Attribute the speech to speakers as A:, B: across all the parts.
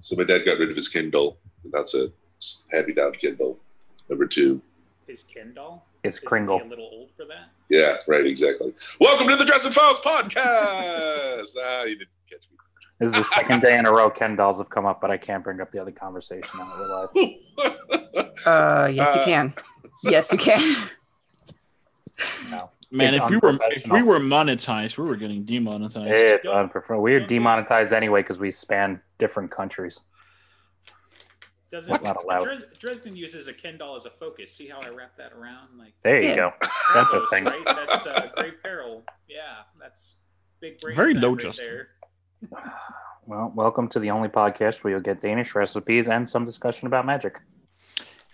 A: So my dad got rid of his Kindle, and that's a hand me down Kindle. Number two.
B: Is Kendall?
C: Is
B: he
C: Kringle.
B: a little old for that?
A: Yeah, right, exactly. Welcome to the Dress and Files podcast. ah, you didn't catch me.
C: This is the second day in a row Ken dolls have come up, but I can't bring up the other conversation I realized.
D: Uh, yes, you
A: Uh,
D: can. Yes, you can.
C: No.
E: Man,
C: It's
E: if you were if
C: unprofessional.
E: we were monetized, we were getting demonetized.
C: It's unprofessional. We're demonetized anyway because we span different countries.
B: Doesn't
C: That's not allowed.
B: Dres- Dresden uses a Kendall as a focus. See how I wrap that around? Like
C: There you
D: Yeah.
C: go. That's a
B: Kratos,
C: thing.
B: Right? That's uh, great peril. Yeah, that's big brain.
E: Very
B: math
E: low
B: right
E: Justin.
B: there.
C: Well, welcome to the only podcast where you'll get Danish recipes and some discussion about magic.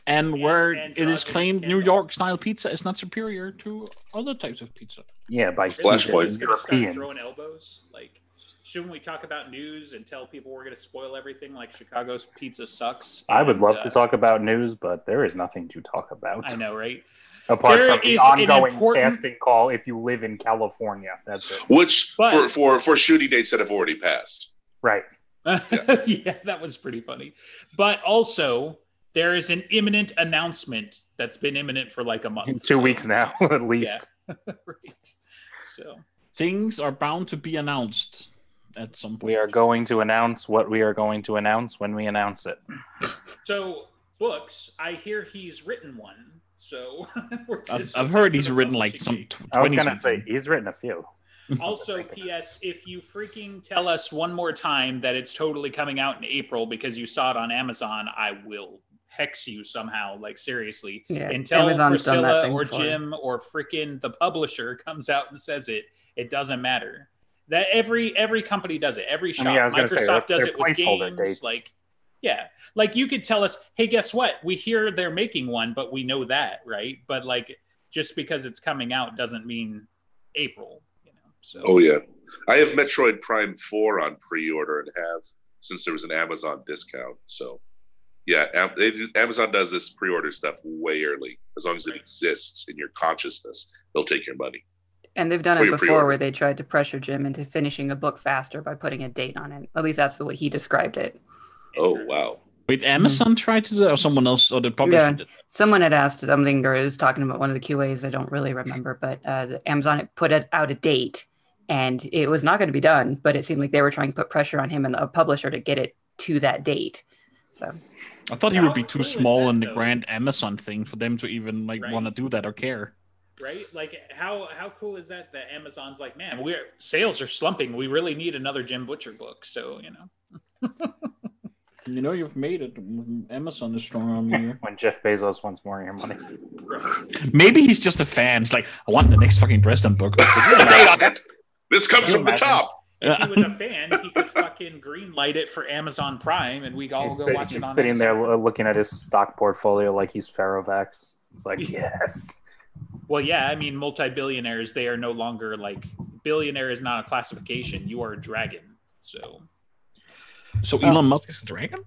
E: and
B: And-
E: where
B: and
E: it is
B: Dragon's
E: claimed New
B: Scandal.
E: York style pizza is not superior to other types of pizza.
C: Yeah, by
B: Isn't
A: Flashpoint.
B: it just gonna start
C: Europeans.
B: Throwing elbows. Like, shouldn't we talk about news and tell people we're going to spoil everything? Like Chicago's pizza sucks.
C: I would
B: and,
C: love
B: uh,
C: to talk about news, but there is nothing to talk about
B: I know, right?
C: apart
E: There
C: from the
E: is an
C: ongoing
E: important-
C: casting call. If you live in California, that's it.
A: Which
E: But-
A: for, for for shooting dates that have already passed.
C: Right.
A: Yeah.
B: yeah, that was pretty funny. But also, there is an imminent announcement that's been imminent for like a month.
C: In two
B: Um, so-
C: weeks now, at least.
B: right. So
E: Things are bound to be announced at some point.
C: We are going to announce what we are going to announce when we announce it.
B: So books, I hear he's written one. So we're
E: I've,
B: just
E: I've
B: waiting
E: heard
B: for
E: he's
B: the
E: written like some
B: publishing
E: tw-
C: I was
E: 20
C: gonna say
E: something.
C: he's written a few.
B: date. Also, P.S. If you freaking tell us one more time that it's totally coming out in April because you saw it on Amazon, I will hex you somehow. Like seriously,
D: Yeah,
B: until
D: Amazon's done
B: Priscilla
D: that thing
B: or
D: before.
B: Jim or freaking the publisher comes out and says it, it doesn't matter. That every every company does it. Every shop,
C: I mean, I was gonna
B: Microsoft
C: say, they're-
B: does
C: they're
B: it with
C: placeholder
B: games.
C: dates.
B: Like, yeah, like you could tell us, hey, guess what? We hear they're making one, but we know that, right? But like, just because it's coming out doesn't mean April, you know. So
A: Oh yeah. I have Metroid Prime 4 on pre-order and have since there was an Amazon discount. So yeah, Am- they do- Amazon does this pre-order stuff way early. As long as it
B: Right.
A: exists in your consciousness, they'll take your money.
D: And they've done
A: Or
D: it
A: your
D: before
A: pre-order.
D: where they tried to pressure Jim into finishing a book faster by putting a date on it. At least that's the way he described it.
A: Oh
B: Interesting.
A: wow.
E: Wait, Amazon tried to do that, or someone else, or the publisher
D: Yeah.
E: did.
D: Someone had asked something or is talking about one of the QAs. I don't really remember, but uh, the Amazon had put it out a date and it was not going to be done, but it seemed like they were trying to put pressure on him and the publisher to get it to that date. So
E: I thought he
B: How
E: would be
B: cool
E: too
B: is
E: small
B: that,
E: in the
B: though?
E: grand Amazon thing for them to even like
B: Right.
E: want to do that or care.
B: right? Like how how cool is that that Amazon's like, man, we're sales are slumping. We really need another Jim Butcher book. So, you know.
E: You know, you've made it. Amazon is strong on you.
C: When Jeff Bezos wants more of your money.
B: Right.
E: Maybe he's just a fan. It's like, I want the next fucking Dresden book.
A: This comes
C: Can you
A: from the
C: imagine?
A: top.
B: If he was a fan, he could fucking green light it for Amazon Prime and we all
C: he's
B: go
C: sit-
B: watch it
C: he's
B: on
C: sitting there
B: Amazon.
C: lo- looking at his stock portfolio like he's Ferrovax. It's like, yes.
B: Well, yeah, I mean multi-billionaires, they are no longer like billionaire is not a classification. You are a dragon. So
E: So Elon Musk is a dragon?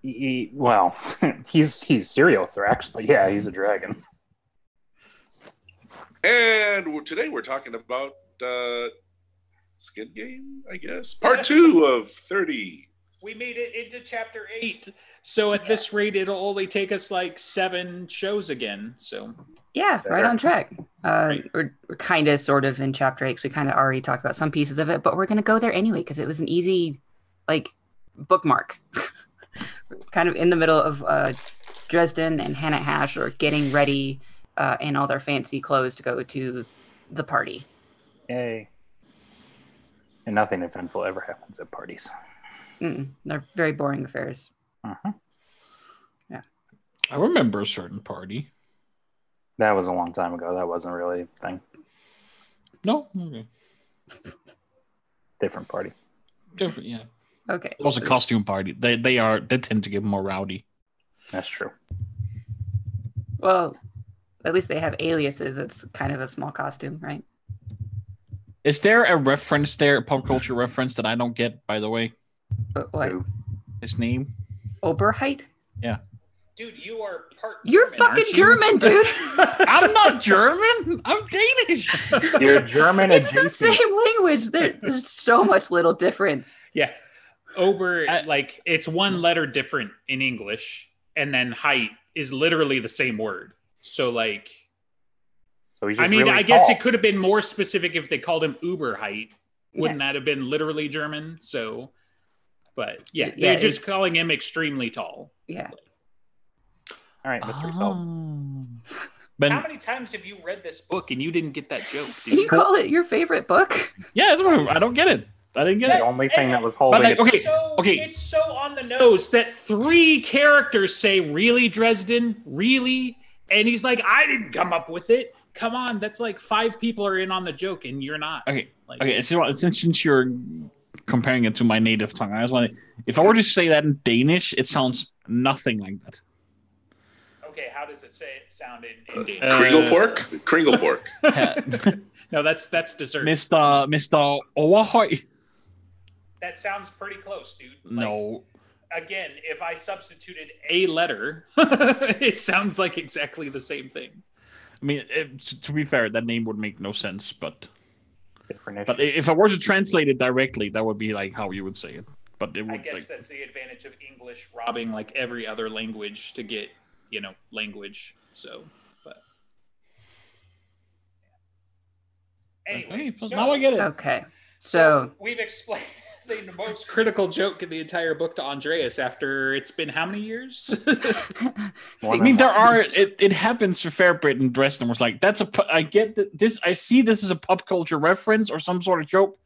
C: He, he- well, he's he's serial thrax, but yeah, he's a dragon.
A: And we're, today we're talking about uh, Skin Game, I guess. Part 2 of 30.
B: we made it into chapter eight. So at this rate, it'll only take us like seven shows again. So
D: Yeah, right
C: Fair.
D: on track. Uh,
B: Right.
D: We're, we're kind of sort of in chapter eight 'cause we kind of already talked about some pieces of it, but we're going to go there anyway because it was an easy, like, bookmark. We're kind of in the middle of uh, Dresden and Hannah Hash are getting ready uh, in all their fancy clothes to go to the party.
C: Yay. And nothing eventful ever happens at parties.
D: Mm-mm, they're very boring affairs.
C: Mhm.
E: I remember a certain party.
C: That was a long time ago. That wasn't really a thing.
E: No? Okay.
C: Different party.
E: Different, yeah.
D: Okay.
E: It was a costume party. They they are they tend to get more rowdy.
C: That's true.
D: Well, at least they have aliases. It's kind of a small costume, right?
E: Is there a reference there, a pop culture reference that I don't get, by the way?
D: But what?
C: Who?
E: His name?
D: Oberheit?
B: dude, you are part
D: You're fucking German, dude.
E: I'm not German. I'm Danish.
C: You're German
D: it's the
C: adjacent.
D: same language. There, there's so much little difference.
B: Yeah. Ober,
E: I-
B: like it's one letter different in English, and then height is literally the same word. So like,
C: So he's just
B: I mean,
C: really
B: I guess
C: tall.
B: it could have been more specific if they called him Uber height. Wouldn't that have been literally German? So, but yeah,
D: Y- yeah,
B: they're just
D: it's-
B: calling him extremely tall.
D: Yeah.
C: All right, Mr.
B: Ah.
C: Phelps.
E: Oh. Ben-
B: How many times have you read this book and you didn't get that joke?
D: Can you
B: Dude?
D: call it your favorite book?
E: yeah, that's what, I don't get it. I didn't get
C: The
E: it.
C: only thing that was holding
E: But
C: it.
E: like, okay,
B: so,
E: okay.
B: It's so on the nose that three characters say, "Really, Dresden? Really?" And he's like, "I didn't come up with it. Come on, that's like five people are in on the joke, and you're not."
E: Okay,
B: Like,
E: okay. So since since you're comparing it to my native tongue, I was wondering if I were to say that in Danish, it sounds nothing like that.
B: okay, How does it say it sound in, in Danish?
E: Uh,
A: Kringle pork? Kringle pork.
B: no, that's that's dessert.
E: Mister Mister Overhøj.
B: that sounds pretty close, dude. Like,
E: No,
B: Again, if I substituted a letter, it sounds like exactly the same thing.
E: I mean it, to- to be fair, that name would make no sense. But
C: Different issue.
E: but i- if I were to translate it directly, that would be like how you would say it. But it
B: I
E: would
B: guess
E: Mm, like,
B: that's the advantage of English robbing like every other language to get, you know, language. So, but anyway,
E: Okay, so
B: so
E: now I get it.
D: Okay. So
B: we've explained the most critical joke in the entire book to Andreas after it's been how many years?
C: More
E: I
C: than
E: mean, there
C: one.
E: are it, it happens for Fairbrit and Dresden was like, that's a pu- I get that this I see this as a pop culture reference or some sort of joke,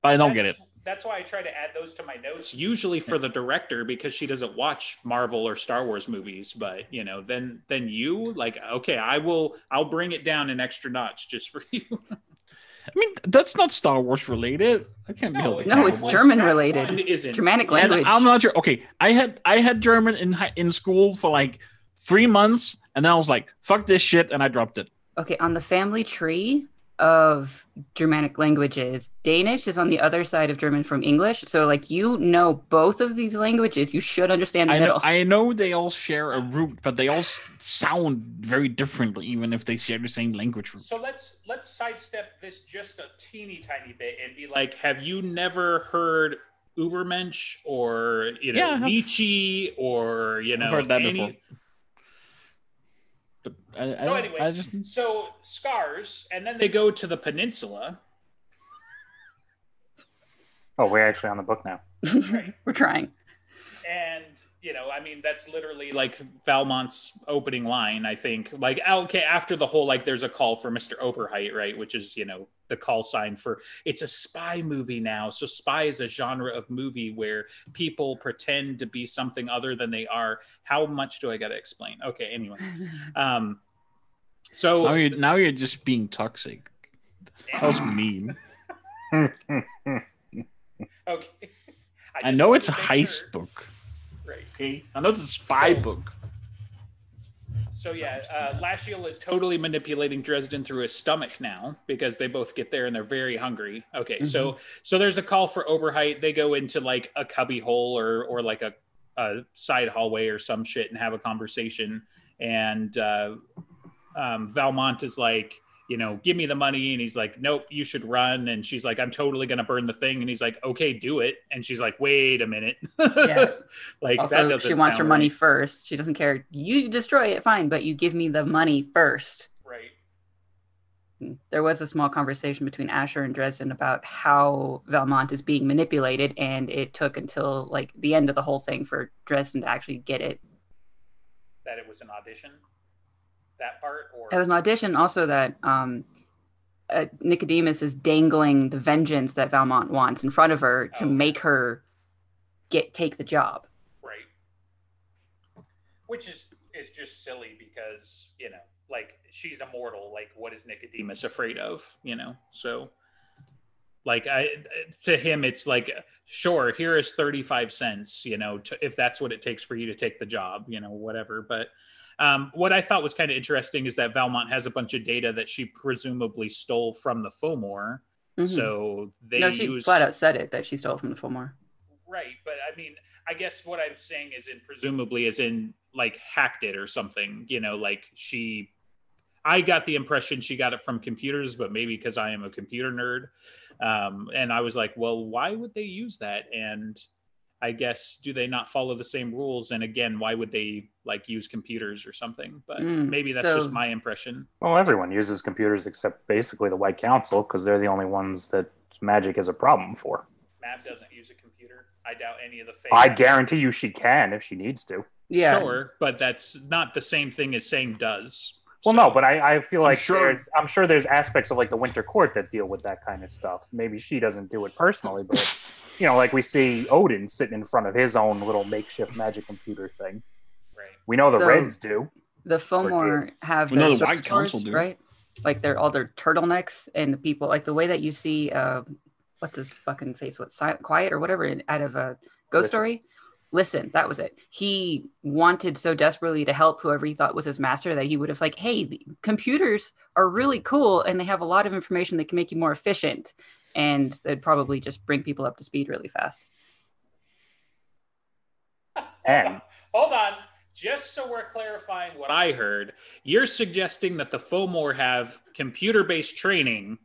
E: but I don't get it.
B: That's- That's why I try to add those to my notes, usually for the director because she doesn't watch Marvel or Star Wars movies. But you know, then then you like, okay, I will, I'll bring it down an extra notch just for you.
E: I mean, that's not Star Wars related. I can't be held
D: No, it's
E: accountable.
D: German related.
B: One isn't.
D: Germanic
E: And
D: language.
E: I'm not sure. Okay, I had I had German in hi- in school for like three months, and then I was like, "Fuck this shit," and I dropped it.
D: Okay, on the family tree of Germanic languages, Danish is on the other side of German from English. So, like, you know both of these languages. You should understand the
E: I know,
D: middle.
E: I know they all share a root, but they all s- sound very differently, even if they share the same language root.
B: So let's let's sidestep this just a teeny tiny bit and be like, have you never heard Ubermensch or you know
E: Yeah, I have.
B: Nietzsche or you know
E: heard that
B: any-
E: before. But I, I,
B: No, anyway.
E: I just
B: So scars, and then they go to the peninsula.
C: Oh, we're actually on the book now.
D: We're trying.
B: and you know i mean that's literally like valmont's opening line i think like oh, okay after the whole like there's a call for mr oberheit right which is you know the call sign for it's a spy movie now so spy is a genre of movie where people pretend to be something other than they are how much do i got to explain okay anyway um so
E: now you're now you're just being toxic. That was mean.
B: okay
E: I
B: just
E: know
B: wanted
E: it's a
B: to make
E: heist
B: sure.
E: book.
B: right
E: Okay, I know it's a spy
B: So-
E: book.
B: So yeah, uh, Lashiel is totally manipulating Dresden through his stomach now because they both get there and they're very hungry. Okay, so so there's a call for Oberheit. They go into like a cubby hole or or like a, a side hallway or some shit and have a conversation. And uh, um, Valmont is like, you know, give me the money. And he's like, nope, you should run. And she's like, I'm totally gonna burn the thing. And he's like, okay, do it. And she's like, wait a minute.
D: Yeah.
B: like that
D: also,
B: doesn't.
D: she wants her
B: sound
D: money
B: right.
D: first. She doesn't care. You destroy it, fine, but you give me the money first.
B: right.
D: There was a small conversation between Asher and Dresden about how Valmont is being manipulated, and it took until like the end of the whole thing for Dresden to actually get it.
B: that it was an audition that part or
D: It was an audition also that um, uh, Nicodemus is dangling the vengeance that Valmont wants in front of her to
B: Oh.
D: make her get take the job.
B: right which is is just silly because you know like she's immortal like what is nicodemus afraid of you know so like i to him it's like sure here is 35 cents you know to, if that's what it takes for you to take the job you know whatever but um, what i thought was kind of interesting is that valmont has a bunch of data that she presumably stole from the fomor
D: Mhm.
B: so they
D: no, she
B: use
D: flat out said it that she stole from the Fulmore.
B: Right, but I mean, I guess what I'm saying is in presumably is in like hacked it or something, you know, like she I got the impression she got it from computers, but maybe because I am a computer nerd. Um, and I was like, well, why would they use that? And I guess do they not follow the same rules? And again, why would they like use computers or something? But
D: Mm,
B: maybe that's
D: so-
B: just my impression.
C: Well, everyone uses computers except basically the White Council because they're the only ones that magic is a problem for.
B: Mab doesn't use a computer. I doubt any of the fake.
C: I guarantee you she can if she needs to.
D: Yeah.
B: sure, but that's not the same thing as saying does.
C: Well,
B: So-
C: no, but I, I feel like
E: sure-
C: there's, I'm sure there's aspects of like the Winter Court that deal with that kind of stuff. Maybe she doesn't do it personally, but you know, like we see Odin sitting in front of his own little makeshift magic computer thing.
B: right.
C: We know the
D: So-
C: Reds do.
D: The Fomor have
E: Well, no,
D: their
E: the White
D: servitors,
E: Council do.
D: right? Like they're all their turtlenecks and the people like the way that you see uh, what's his fucking face? What silent, quiet or whatever in- out of a ghost
C: Listen.
D: story? Listen, that was it. He wanted so desperately to help whoever he thought was his master that he would have like, hey, the computers are really cool and they have a lot of information that can make you more efficient, and they'd probably just bring people up to speed really fast.
C: And
B: Hold on. Just so we're clarifying what I heard, you're suggesting that the Fomor have computer based training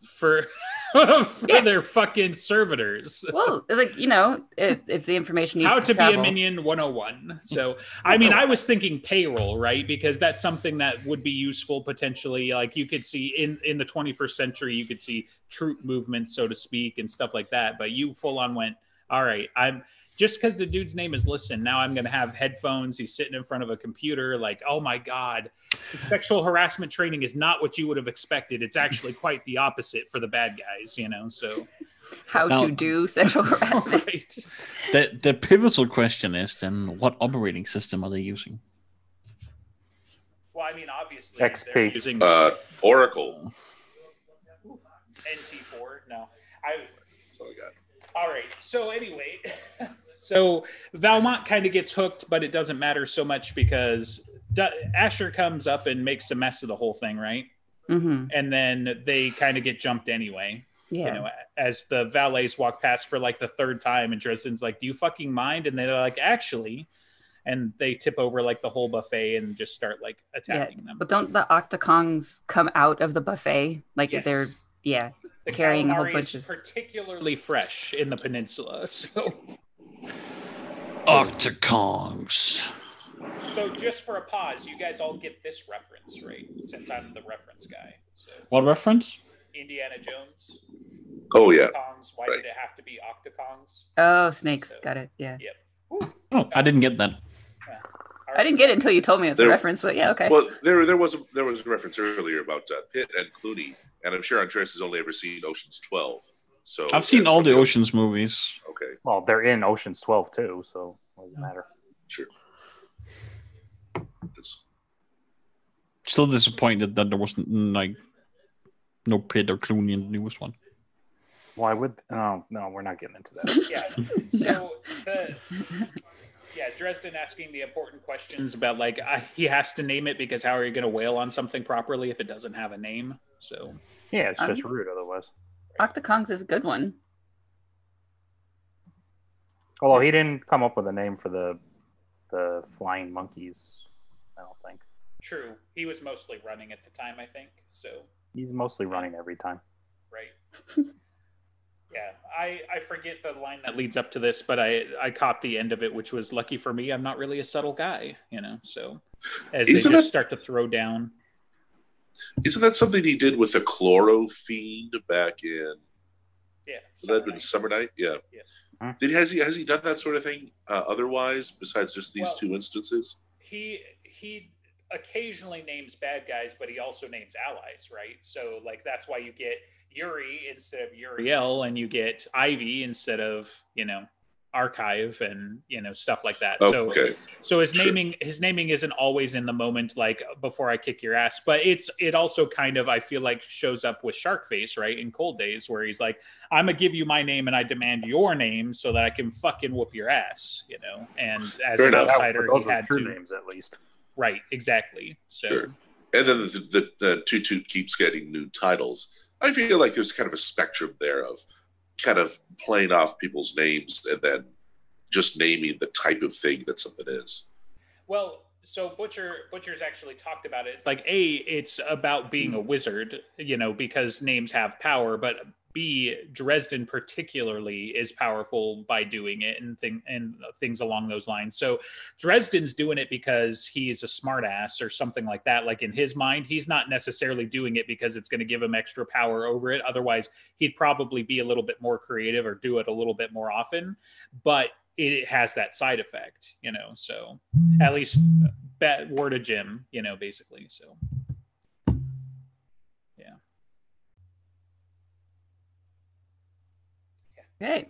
B: for for
D: Yeah.
B: their fucking servitors.
D: Well, it's like you know, it, it's the information needs
B: How
D: to,
B: to be a
D: travel.
B: minion 101. So, I mean, I was thinking payroll, right? Because that's something that would be useful potentially. Like you could see in in the 21st century, you could see troop movements, so to speak, and stuff like that. But you full on went, all right, I'm just because the dude's name is Listen. Now I'm going to have headphones. He's sitting in front of a computer. Like, oh my god, sexual harassment training is not what you would have expected. It's actually quite the opposite for the bad guys, you know. So,
D: How
E: Now-
D: to do sexual harassment?
B: right.
E: The, the pivotal question is then what operating system are they using?
B: Well, I mean, obviously,
C: XP.
B: they're using
A: Uh, Oracle.
B: NT4. No, I.
A: That's all I got.
B: All right. So anyway, so Valmont kind of gets hooked, but it doesn't matter so much because D- Asher comes up and makes a mess of the whole thing, right?
D: Mm-hmm.
B: And then they kind of get jumped anyway.
D: Yeah.
B: You know, as the valets walk past for like the third time, and Dresden's like, "Do you fucking mind?" And they're like, "Actually." And they tip over like the whole buffet and just start like attacking them.
D: But don't the Octokongs come out of the buffet? Like
B: Yes.
D: they're yeah.
B: the
D: carrying a whole
B: calamari
D: bunch
B: is
D: of-
B: particularly fresh in the peninsula. So,
E: Octokongs.
B: so just for a pause, you guys all get this reference, right? Since I'm the reference guy. So,
E: What reference?
B: Indiana Jones,
A: Oh yeah,
B: Kongs. Why did it have to be Octokongs?
D: Oh, snakes.
B: So-
D: Got it. Yeah.
E: Oh, I didn't get that.
B: All
D: I didn't get it until you told me it's a
A: There-
D: reference, but yeah, okay.
A: Well, there there was a, there was a reference earlier about uh, Pitt and Clooney, and I'm sure Andreas has only ever seen Ocean's Twelve. So
E: I've seen
A: that's
E: all the
A: what-
E: Oceans movies.
A: Okay,
C: well, they're in Ocean's Twelve too, so what does it matter?
A: sure. That's-
E: Still disappointed that there wasn't mm, like no Pitt or Clooney in the newest one.
C: Why would? Oh no, we're not getting into that.
B: Yeah. So the yeah, Dresden asking the important questions about like I, he has to name it because how are you going to wail on something properly if it doesn't have a name? So
C: Yeah, it's just
D: Um,
C: rude otherwise.
D: Octokongs is a good one.
C: Although he didn't come up with a name for the the flying monkeys, I don't think.
B: true. He was mostly running at the time, I think. So
C: He's mostly running every time.
B: right? yeah, I I forget the line that leads up to this, but I I caught the end of it, which was lucky for me. I'm not really a subtle guy, you know. So as
A: Isn't
B: they just
A: it-
B: start to throw down,
A: Isn't that something he did with the Chloro Fiend back in?
B: yeah,
A: Would that have
B: Saturday.
A: been Summer Night? Yeah.
B: Yes.
C: Hmm.
A: Did has he has he done that sort of thing uh, otherwise besides just these
B: Well-
A: two instances?
B: he he occasionally names bad guys, but he also names allies, right? So like that's why you get Yuri instead of Uriel, and you get Ivy instead of you know archive and you know stuff like that. So
A: Oh, Okay.
B: So his
A: Sure.
B: naming his naming isn't always in the moment, like before I kick your ass, but it's it also kind of I feel like shows up with Shark Face, right? In Cold Days, where he's like, I'm gonna give you my name and I demand your name so that I can fucking whoop your ass, you know. And as
A: Fair
B: an
A: enough.
B: outsider,
C: those
B: he
C: were
B: had
C: true
B: to
C: names at least.
B: right, exactly. So
A: Sure. and then the, the, the Toot Toot keeps getting new titles. I feel like there's kind of a spectrum there of kind of playing off people's names and then just naming the type of thing that something is.
B: well, so butcher butcher's actually talked about it it's like a it's about being a wizard you know because names have power but b dresden particularly is powerful by doing it and thing and things along those lines so dresden's doing it because he's a smartass or something like that like in his mind he's not necessarily doing it because it's going to give him extra power over it otherwise he'd probably be a little bit more creative or do it a little bit more often but it has that side effect, you know. So at least that word a gym, you know, basically. So yeah.
D: Okay.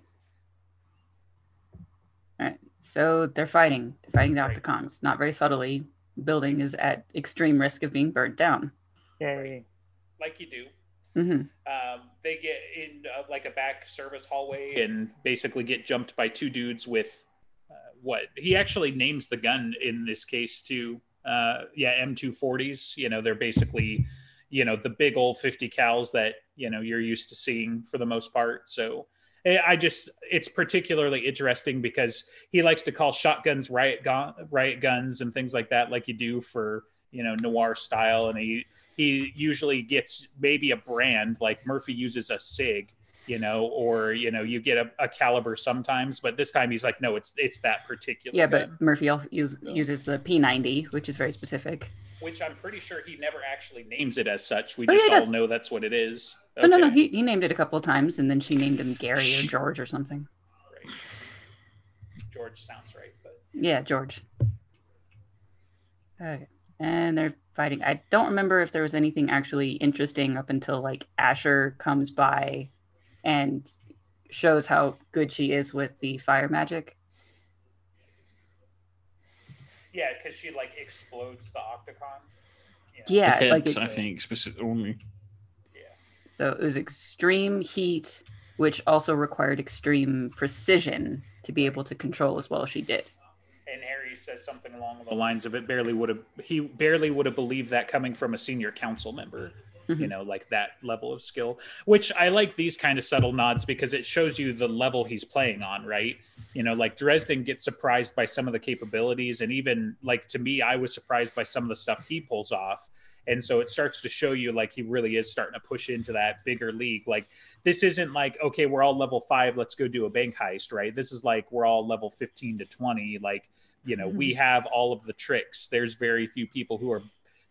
D: All right. So they're fighting, they're fighting the Octocons, not very subtly. Building is at extreme risk of being burnt down.
C: Yay.
B: Like you do.
D: hmm
B: Um, they get in uh, like a back service hallway and basically get jumped by two dudes with uh, what he actually names the gun in this case too. Uh, yeah, M240s. You know, they're basically you know the big old 50 cals that you know you're used to seeing for the most part. So eh, I just it's particularly interesting because he likes to call shotguns riot gun riot guns and things like that, like you do for you know noir style, and he he usually gets maybe a brand like Murphy uses a Sig, you know, or you know you get a, a caliber sometimes, but this time he's like, no, it's it's that particular.
D: Yeah,
B: gun,
D: but Murphy al- use, uses the P90, which is very specific.
B: which I'm pretty sure he never actually names it as such. We
D: Oh, yeah,
B: just
D: he
B: all
D: does. Oh,
B: know that's what it is.
D: No, no, no.
B: Okay.
D: He, he named it a couple of times, and then she named him Gary or
E: She-
D: George or something.
B: Right. George sounds right, but
D: Yeah, George. Okay. And they're fighting. I don't remember if there was anything actually interesting up until like Asher comes by and shows how good she is with the fire magic.
B: yeah, because she like explodes the octocon.
D: Yeah,
E: The
D: like
E: heads,
D: it-
E: I think specifically only.
D: so it was extreme heat, which also required extreme precision to be able to control as well as she did.
B: and Harry says something along the lines of it barely would have he barely would have believed that coming from a senior council member you
D: Mhm.
B: know like that level of skill which i like these kind of subtle nods because it shows you the level he's playing on right you know like dresden gets surprised by some of the capabilities and even like to me i was surprised by some of the stuff he pulls off and so it starts to show you like he really is starting to push into that bigger league like this isn't like okay we're all level 5 let's go do a bank heist right this is like we're all level 15 to 20 like you know we have all of the tricks there's very few people who are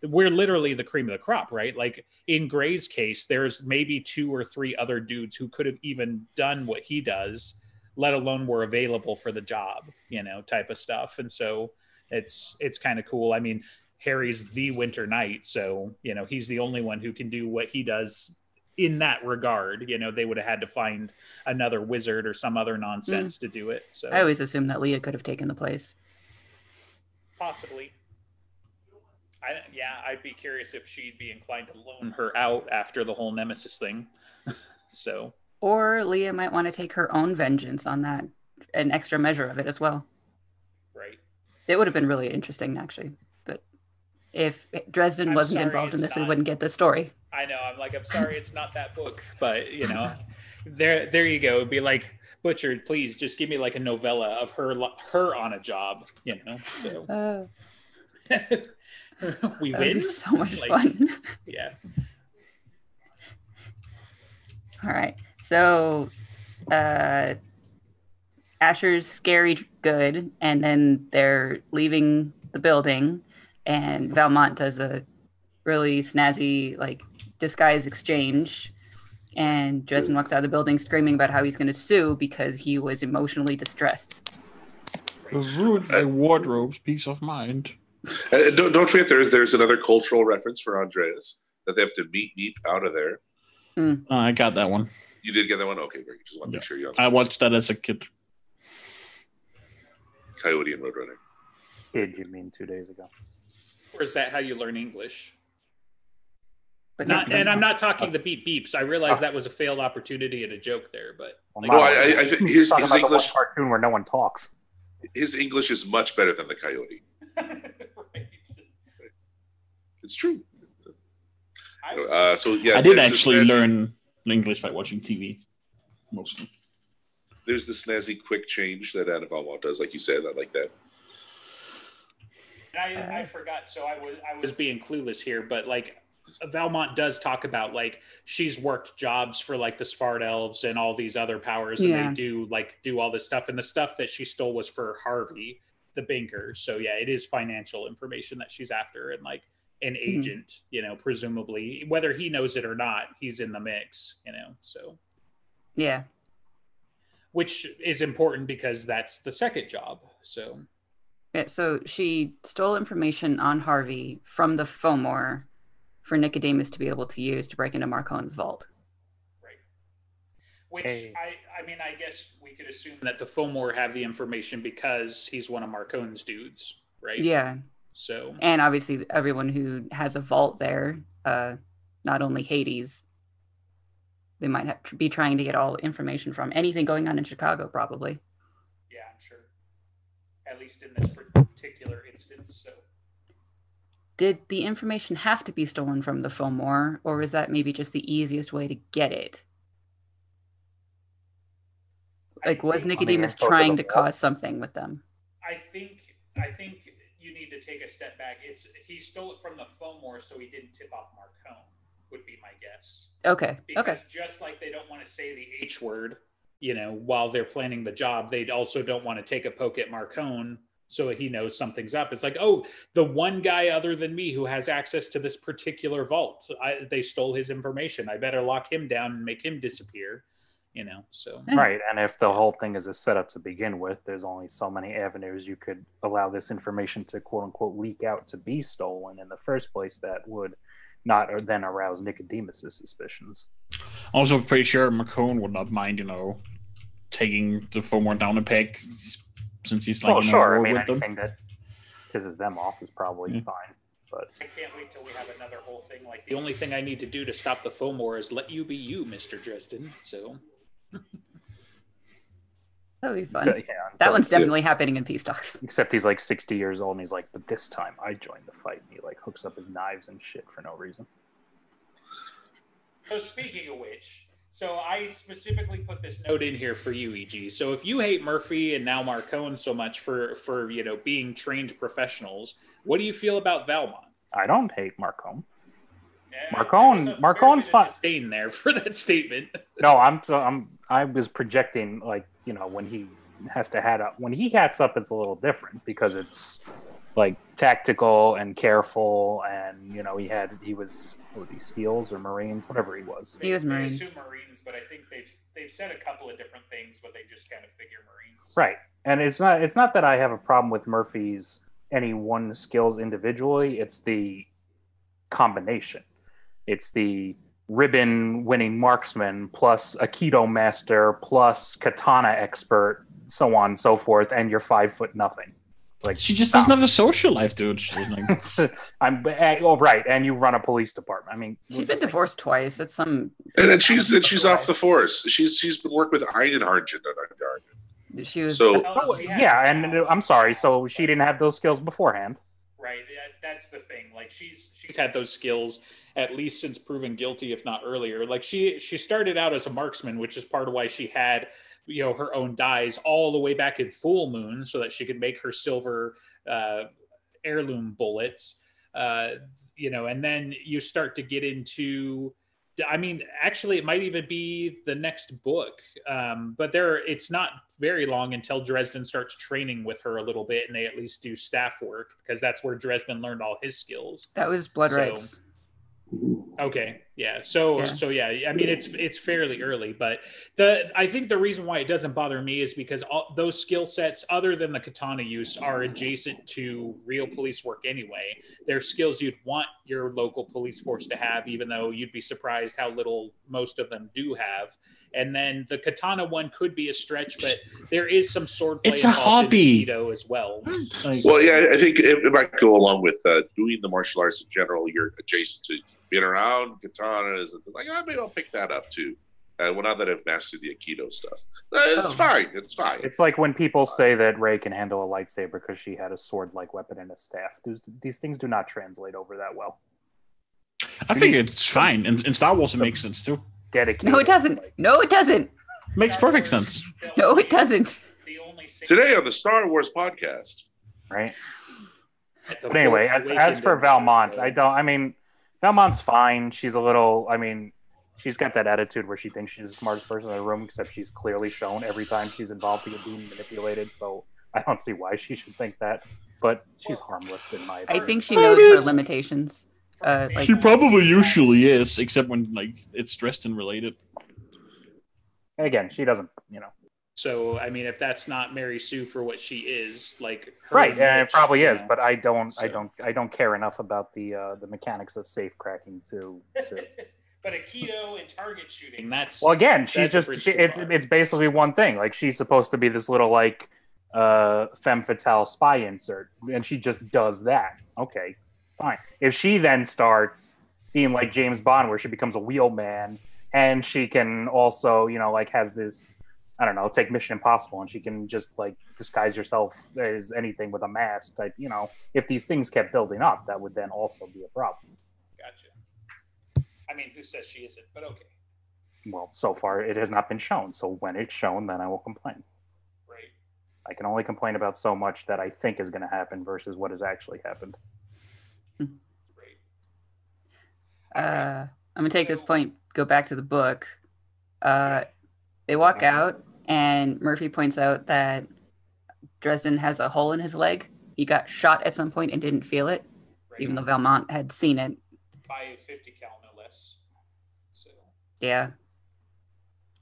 B: we're literally the cream of the crop right like in gray's case there's maybe two or three other dudes who could have even done what he does let alone were available for the job you know type of stuff and so it's it's kind of cool i mean harry's the winter knight so you know he's the only one who can do what he does in that regard you know they would have had to find another wizard or some other nonsense to do it so
D: I always assumed that Leah could have taken the place.
B: possibly. I yeah, I'd be curious if she'd be inclined to loan her out after the whole nemesis thing. so
D: Or Leah might want to take her own vengeance on that, an extra measure of it as well.
B: right,
D: It would have been really interesting, actually. But if Dresden
B: I'm
D: wasn't
B: sorry,
D: involved in
B: it's
D: this, we
B: not.
D: wouldn't get this story.
B: I know. I'm like, I'm sorry, it's not that book, but you know, there there you go. It'd be like butchered. Please just give me like a novella of her lo- her on a job. You know, so
D: Oh,
B: we
D: that would
B: win.
D: be so much
B: Like-
D: fun.
B: Yeah,
D: All right. So, uh, Asher's scary good, and then they're leaving the building, and Valmont does a really snazzy, like, disguise exchange. And Dresden walks out of the building screaming about how he's going to sue because he was emotionally distressed.
E: Ruined my wardrobe's peace of mind.
A: And don't, don't forget, there's there's another cultural reference for Andreas that they have to meet meep out of there.
E: Uh, I got that one.
A: You did get that one, okay? Very good. Just want to make
E: Yeah.
A: sure you.
E: I watched that as a kid.
A: Coyote and Roadrunner.
C: Did you mean two days ago?
B: or is that how you learn English?
D: But
B: Not,
D: not,
B: and I'm not talking the beep beeps. I realize that was a failed opportunity and a joke there, but
C: Well,
A: No, oh, I, I, I think his,
C: Talking
A: his
C: about the one
A: English
C: cartoon where no one talks.
A: his English is much better than the Coyote.
B: right.
A: It's true.
B: I was-
A: Uh, so yeah,
E: I did
A: there's the
E: actually
A: snazzy-
E: learn English by watching TV, mostly.
A: There's the snazzy quick change that Anna Valmont does, like you said. I like that.
B: I, I forgot, so I was I was being clueless here, but like Valmont does talk about like she's worked jobs for like the Svart Elves and all these other powers, and
D: Yeah.
B: they do like do all this stuff, and the stuff that she stole was for Harvey the banker. So yeah, it is financial information that she's after, and like an agent, you know, presumably whether he knows it or not, he's in the mix, you know, so
D: Yeah.
B: which is important because that's the second job. So
D: Yeah, so she stole information on Harvey from the Fomor for Nicodemus to be able to use to break into Marcone's vault.
B: Which
C: Hey.
B: I, I mean, I guess we could assume that the Fomor have the information because he's one of Marcone's dudes, right?
D: Yeah.
B: So
D: And obviously, everyone who has a vault there, uh, not only Hades, they might have be trying to get all information from anything going on in Chicago, probably.
B: yeah, I'm sure. At least in this particular instance. So
D: Did the information have to be stolen from the Fomor, or was that maybe just the easiest way to get it?
B: I
D: Like, was
B: think-
D: Nicodemus
C: info for the
D: trying to
C: vault?
D: cause something with them?
B: I think I think you need to take a step back. It's he stole it from the Fomor, so he didn't tip off Marcone. Would be my guess.
D: Okay. Okay.
B: Because just like they don't want to say the H word, you know, while they're planning the job, they also don't want to take a poke at Marcone so he knows something's up. It's like, oh, the one guy other than me who has access to this particular vault, I, they stole his information. I better lock him down and make him disappear, you know, so.
C: Right, and if the whole thing is a setup to begin with, there's only so many avenues you could allow this information to quote unquote leak out to be stolen in the first place that would not or then arouse Nicodemus's suspicions.
E: Also, I'm pretty sure McCone would not mind, you know, taking the Fomor down a peg since he's like,
C: well,
E: in a
C: Oh, sure, I
E: war
C: mean,
E: with them.
C: anything that pisses them off is probably
E: Yeah.
C: fine.
B: I can't wait till we have another whole thing. Like, the only thing I need to do to stop the Fomor is let you be you, Mr. Dresden. So,
D: That'd be fun.
C: So, yeah,
D: That
C: until-
D: one's definitely happening in Peace Talks.
C: Except he's like 60 years old and he's like, but this time I joined the fight. And he like hooks up his knives and shit for no reason.
B: So speaking of which, so I specifically put this note in here for you, EG. So if you hate Murphy and now Marcone so much for for you know being trained professionals, what do you feel about Valmont?
C: I don't hate Marcone.
B: Eh,
C: Marcone-
B: there's a
C: Marcone's
B: fair bit
C: fine.
B: of Disdain there for that statement.
C: No, I'm so I'm I was projecting like you know when he has to hat up when he hats up it's a little different because it's like tactical and careful and you know he had he was what was he seals or marines whatever he was
D: He was
B: They
D: Marines.
B: assume Marines, but I think they've they've said a couple of different things, but they just kind of figure Marines.
C: right and it's not it's not that I have a problem with Murphy's any one skills individually it's the combination it's the ribbon winning marksman plus aikido master plus katana expert so on and so forth and you're five foot nothing like
E: She just
C: stop.
E: doesn't have a social life, dude. She's like,
C: i'm eh, oh right and you run a police department i mean
D: She's been divorced twice. That's some.
A: And then she's then she's off the force. She's she's been working with Einhardgen on our guard.
D: She was.
A: So
C: Oh, yeah and i'm sorry so she didn't have those skills beforehand
B: right that- that's the thing like she's she's had those skills at least since proven guilty if not earlier like she she started out as a marksman which is part of why she had you know her own dies all the way back in full moon so that she could make her silver uh, heirloom bullets uh, you know and then you start to get into i mean actually it might even be the next book um, but there it's not very long until Dresden starts training with her a little bit and they at least do staff work because that's where Dresden learned all his skills.
D: That was blood
B: So-
D: rights.
B: Okay. Yeah. So
D: Yeah.
B: so yeah, I mean it's it's fairly early, but the I think the reason why it doesn't bother me is because all those skill sets other than the katana use are adjacent to real police work anyway. They're skills you'd want your local police force to have even though you'd be surprised how little most of them do have. And then the katana one could be a stretch, but there is some sword play
E: It's a
B: involved in
E: hobby.
B: Aikido as well.
C: Hmm.
E: like,
A: Well, yeah, I think it, it might go along with uh, doing the martial arts in general. You're adjacent to being around katanas and like, oh, maybe I'll pick that up too. Uh, well, now that I've mastered the Aikido stuff, Uh, it's
D: Oh.
A: fine. It's fine.
C: It's like when people say that Ray can handle a lightsaber because she had a sword-like weapon and a staff. These, these things do not translate over that well.
E: I think it's fine. And, and Star Wars, it makes sense too.
C: Dedicated.
D: No, it doesn't. No, it doesn't.
E: Makes perfect sense.
D: No, it doesn't.
B: The only
A: Today on the Star Wars podcast,
C: Right.
B: at the
C: But anyway,
B: Fourth
C: as, as
B: Awakened
C: for
B: and-
C: Valmont, I don't. I mean, Valmont's fine. She's a little. I mean, she's got that attitude where she thinks she's the smartest person in the room, except she's clearly shown every time she's involved to get being manipulated. So I don't see why she should think that. But she's harmless in my.
D: I
C: Opinion.
D: think she
E: I
D: knows
E: mean-
D: her limitations. Uh, like,
E: she probably usually is, except when like it's dressed and related.
C: again, she doesn't. You know,
B: So I mean, if that's not Mary Sue for what she is, like her
C: right? And it
B: niche,
C: probably
B: you
C: is,
B: know.
C: but I don't. I
B: So-
C: don't. I don't care enough about the uh, the mechanics of safe cracking to. to
B: but Aikido and target shooting. That's
C: Well, again, she's
B: That's a bridge
C: just she,
B: too
C: it's
B: far.
C: it's basically one thing. Like she's supposed to be this little like uh femme fatale spy insert, and she just does that. Okay, fine. If she then starts being like James Bond, where she becomes a wheelman, and she can also you know like has this. I don't know, take Mission Impossible, and she can just like disguise herself as anything with a mask. Like, you know, if these things kept building up, that would then also be a problem.
B: gotcha. I mean, who says she isn't? But okay,
C: Well, so far it has not been shown. So when it's shown, then I will complain.
B: right.
C: I can only complain about so much that I think is going to happen versus what has actually happened.
B: Right.
D: uh, I'm gonna take this point, go back to the book. Uh, they walk out, and Murphy points out that Dresden has a hole in his leg. He got shot at some point and didn't feel it,
B: right.
D: even though Valmont had seen it.
B: by a 50 cal no less. So
D: Yeah.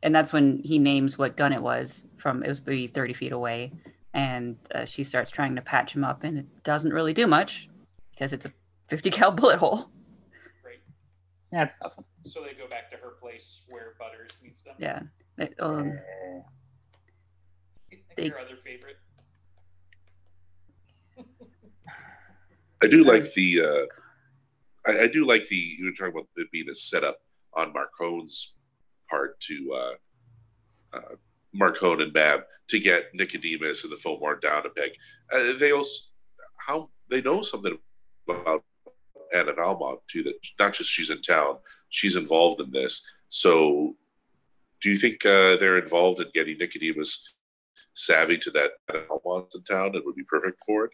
D: And that's when he names what gun it was from, it was maybe 30 feet away. And uh, she starts trying to patch him up, and it doesn't really do much because it's a 50 cal bullet hole. Oh,
B: great.
C: Yeah, it's nothing.
B: So they go back to her place where Butters meets them.
D: Yeah. It- um,
C: Eh,
D: They-
B: Your other favorite.
A: I do like the uh, I, I do like the you were talking about it being a setup on Marcone's part to uh, uh, Marcone and Mab to get Nicodemus and the Fomar down a peg. Uh, they also how they know something about Anna Valmont too that not just she's in town, she's involved in this. So, do you think uh, they're involved in getting Nicodemus savvy to that Anna Valmont's in town and would be perfect for it?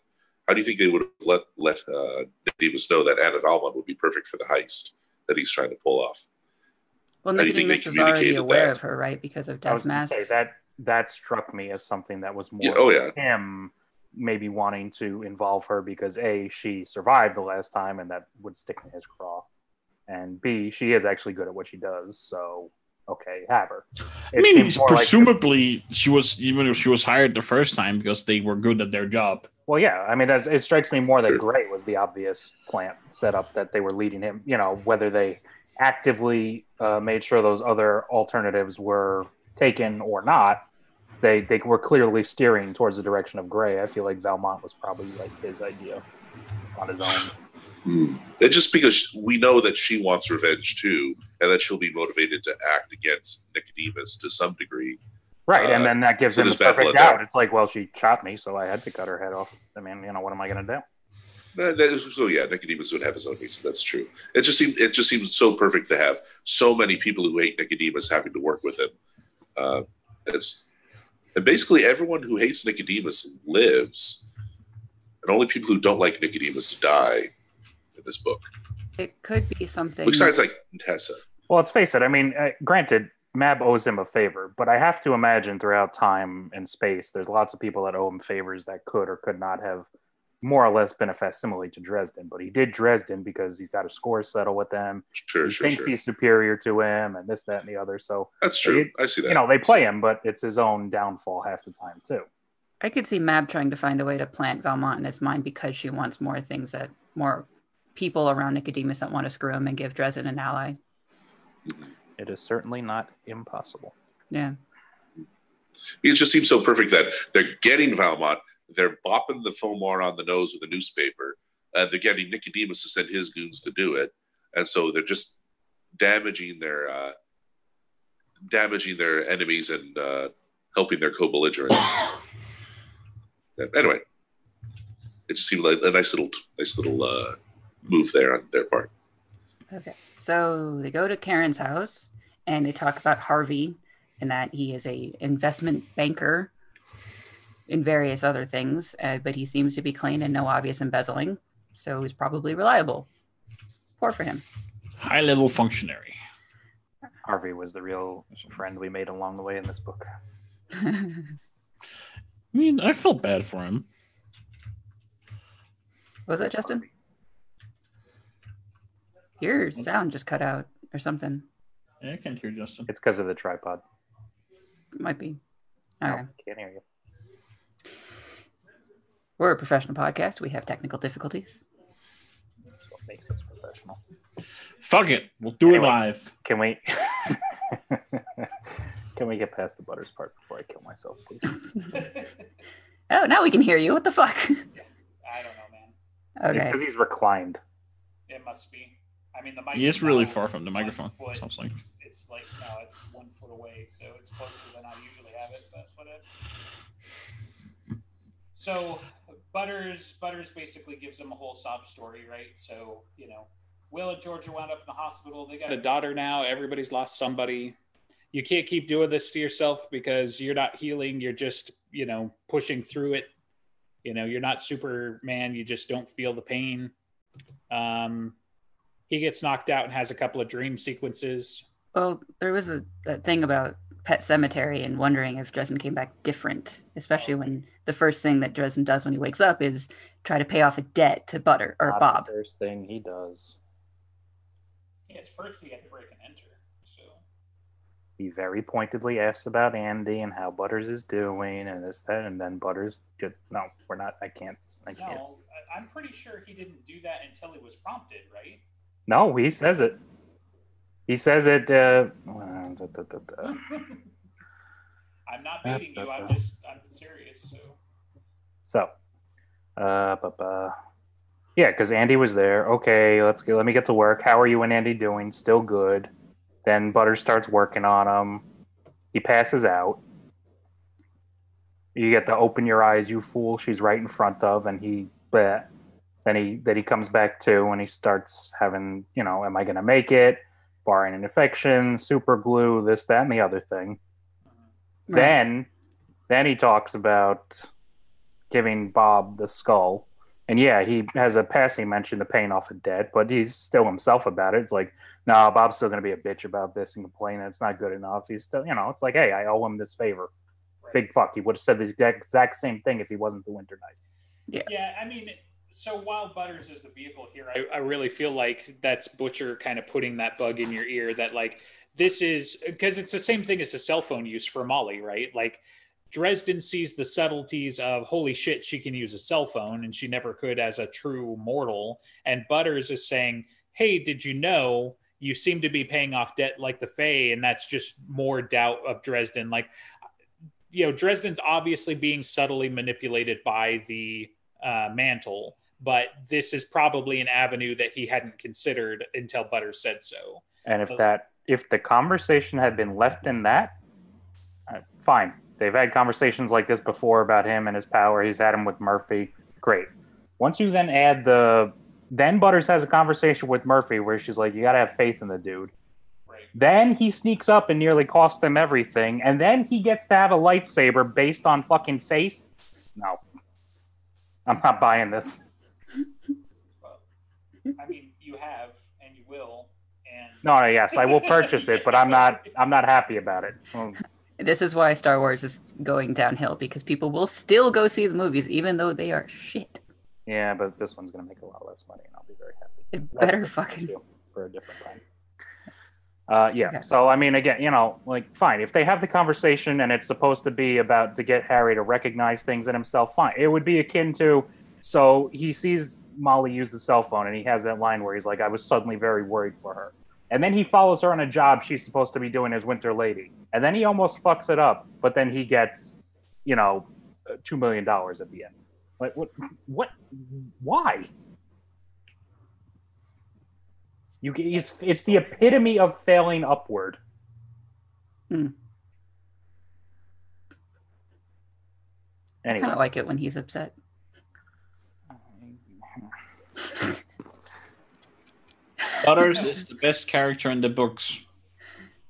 A: How do you think they would have let let uh, Nicodemus know that Anna Valmont would be perfect for the heist that he's trying to pull off?
D: well,
A: how do you think
D: Nicodemus
A: they
D: was already
A: communicated
D: aware
A: that?
D: of her, right? Because of
C: I was going
D: Death
C: to
D: Mask.
C: say that that struck me as something that was more
A: Yeah, oh yeah,
C: him maybe wanting to involve her because a she survived the last time and that would stick in his craw, and b she is actually good at what she does. So okay, have her.
E: I mean,
C: seems
E: it's
C: more like-
E: presumably she was even if she was hired the first time because they were good at their job.
C: Well, yeah. I mean, that's, it strikes me more that
A: Sure.
C: Gray was the obvious plant setup that they were leading him. You know, whether they actively uh, made sure those other alternatives were taken or not, they they were clearly steering towards the direction of Gray. I feel like Valmont was probably like his idea on his own.
A: And just because we know that she wants revenge too, and that she'll be motivated to act against Nicodemus to some degree.
C: Right, and
A: Uh,
C: then that gives
A: so
C: him the
A: there's bad
C: perfect
A: blood
C: out.
A: there.
C: It's like, well, she shot me, so I had to cut her head off. I mean, you know, what am I going to do?
A: Uh, that is- So yeah, Nicodemus would have his own reason. That's true. It just seems it just seems so perfect to have so many people who hate Nicodemus having to work with him. Uh, it's and basically everyone who hates Nicodemus lives, and only people who don't like Nicodemus die in this book.
D: It could be something.
A: Besides, like Tessa,
C: Well, let's face it. I mean, uh, granted, Mab owes him a favor, but I have to imagine throughout time and space, there's lots of people that owe him favors that could or could not have more or less been a facsimile to Dresden. But he did Dresden because he's got a score settle with them.
A: sure,
C: he
A: sure,
C: thinks
A: sure.
C: he's superior to him, and this, that, and the other. So
A: That's true.
C: it-
A: I see that.
C: you know they play him, but it's his own downfall half the time too.
D: I could see Mab trying to find a way to plant Valmont in his mind because she wants more things that more people around Nicodemus that want to screw him and give Dresden an ally.
C: It is certainly not impossible.
D: Yeah.
A: It just seems so perfect that they're getting Valmont, they're bopping the Fomar on the nose with a newspaper, and they're getting Nicodemus to send his goons to do it, and so they're just damaging their uh, damaging their enemies and uh, helping their co-belligerents. Yeah, anyway, it just seemed like a nice little nice little uh, move there on their part.
D: Okay. So they go to Karen's house and they talk about Harvey and that he is a investment banker in various other things, uh, but he seems to be clean and no obvious embezzling, so he's probably reliable. Poor for him.
E: High level functionary.
C: Harvey was the real friend we made along the way in this book.
E: I mean, I felt bad for him.
D: Was that Justin? Your sound just cut out or something.
E: Yeah, I can't hear Justin.
C: It's because of the tripod.
D: Might be. All
C: No,
D: right.
C: Can't hear you.
D: We're a professional podcast. We have technical difficulties.
C: That's what makes us professional.
E: Fuck it. We'll do it
C: Anyway.
E: live.
C: Can we? Can we get past the butters part before I kill myself, please?
D: Oh, now we can hear you. What the fuck?
B: I don't know, man.
C: It's
D: okay.
C: because he's reclined.
B: It must be. I mean, the mic.
E: He is
B: is
E: really
B: now-
E: far from the
B: one
E: microphone.
B: foot.
E: Sounds like.
B: It's like no, it's one foot away, so it's closer than I usually have it. But whatever. So Butters, Butters basically gives him a whole sob story, right? So you know, Will and Georgia wound up in the hospital. They got a daughter now. Everybody's lost somebody. You can't keep doing this to yourself because you're not healing. You're just you know pushing through it. You know, you're not Superman. You just don't feel the pain. Um, he gets knocked out and has a couple of dream sequences.
D: Well, there was a that thing about Pet Cemetery and wondering if Dresden came back different, especially when the first thing that Dresden does when he wakes up is try to pay off a debt to Butter or
C: Not the
D: Bob.
C: First thing he does.
B: Yeah, it's first we had to break and enter. So
C: He very pointedly asks about Andy and how Butters is doing and this that, and then Butters just no, we're not. I can't. I
B: no,
C: can't.
B: I- I'm pretty sure he didn't do that until he was prompted, right?
C: No, he says it. He says it. Uh, uh, da, da, da, da.
B: I'm not beating you. I'm just I'm serious. So
C: So, uh, but, uh, yeah, because Andy was there. Okay, let's get, let me get to work. How are you and Andy doing? Still good. Then Butter starts working on him. He passes out. You get to open your eyes, you fool. She's right in front of, and he, bleh. then he, then he comes back to, and he starts having, you know, am I gonna make it? Barring an infection, super glue, this, that, and the other thing
D: Right.
C: then then he talks about giving bob the skull and yeah he has a passing mention to paying off a debt but he's still himself about it it's like no bob's still going to be a bitch about this and complain that it's not good enough he's still you know it's like hey i owe him this favor
B: right.
C: big fuck he would have said the exact, exact same thing if he wasn't the winter knight
B: Yeah, I mean, so while Butters is the vehicle here, I, I really feel like that's Butcher kind of putting that bug in your ear that, like, this is because it's the same thing as a cell phone use for Molly, right? Like, Dresden sees the subtleties of holy shit, she can use a cell phone and she never could as a true mortal. And Butters is saying, hey, did you know? You seem to be paying off debt like the Fae, and that's just more doubt of Dresden. Like, you know, Dresden's obviously being subtly manipulated by the uh, mantle, but this is probably an avenue that he hadn't considered until Butter said so.
C: and if
B: So-
C: that if the conversation had been left in that uh, fine they've had conversations like this before about him and his power he's had him with murphy great once you then add the then butters has a conversation with murphy where she's like you gotta have faith in the dude
B: Right.
C: then he sneaks up and nearly costs them everything and then he gets to have a lightsaber based on fucking faith no i'm not buying this
B: Well,
E: Hmm.
B: I mean, you have and you will, and
C: no no, yes i will purchase it but i'm not i'm not happy about it Um,
D: This is why Star Wars is going downhill because people will still go see the movies even though they are shit.
C: Yeah, but this one's gonna make a lot less money, and I'll be very happy.
D: It
C: That's
D: better
C: the
D: fucking
C: issue for a different time. Uh, yeah.
D: Okay.
C: So I mean, again, you know, like, fine. If they have the conversation and it's supposed to be about to get Harry to recognize things in himself, fine. It would be akin to, so he sees Molly use the cell phone, and he has that line where he's like, "I was suddenly very worried for her," and then he follows her on a job she's supposed to be doing as Winter Lady, and then he almost fucks it up, but then he gets, you know, two million dollars at the end. Like, what? What? Why? You, it's, it's the epitome of failing upward.
D: Hmm.
C: Anyway,
D: kind of like it when he's upset.
E: Butters is the best character in the books.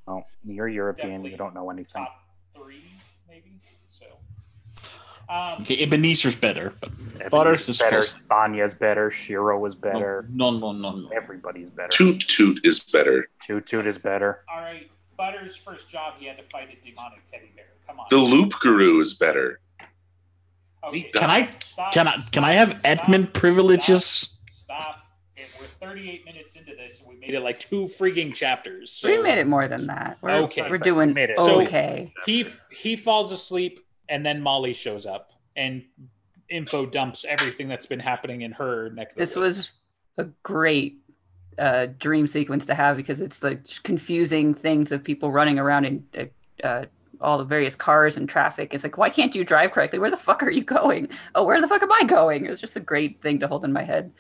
C: oh, you're European.
B: Definitely
C: You don't know anything.
B: top three maybe. So Um,
E: Okay, Ebenezer's better, but
C: Everybody's
E: is
C: better.
E: just-
C: Sonya's better. Shiro is better.
E: no, no, no, no.
C: Everybody's better.
A: Toot Toot is better.
C: Toot Toot is better.
B: all right, Butter's first job, he had to fight a demonic teddy bear. Come on.
A: The Loop Guru is better.
B: Okay,
E: Can I?
B: stop,
E: Can I?
B: stop,
E: Can I have
B: stop,
E: admin privileges?
B: Stop. stop. And we're 38 minutes into this, and we made it like two freaking chapters. So
D: we made it more than that. We're,
B: Okay.
D: we're
C: Oh,
D: doing
C: We made it.
B: So-
D: okay.
B: He he falls asleep, and then Molly shows up and info dumps everything that's been happening in her neck. Of the
D: This
B: woods.
D: was a great uh, dream sequence to have because it's like just confusing things of people running around in uh, uh, all the various cars and traffic. It's like, why can't you drive correctly? Where the fuck are you going? Oh, where the fuck am I going? It was just a great thing to hold in my head.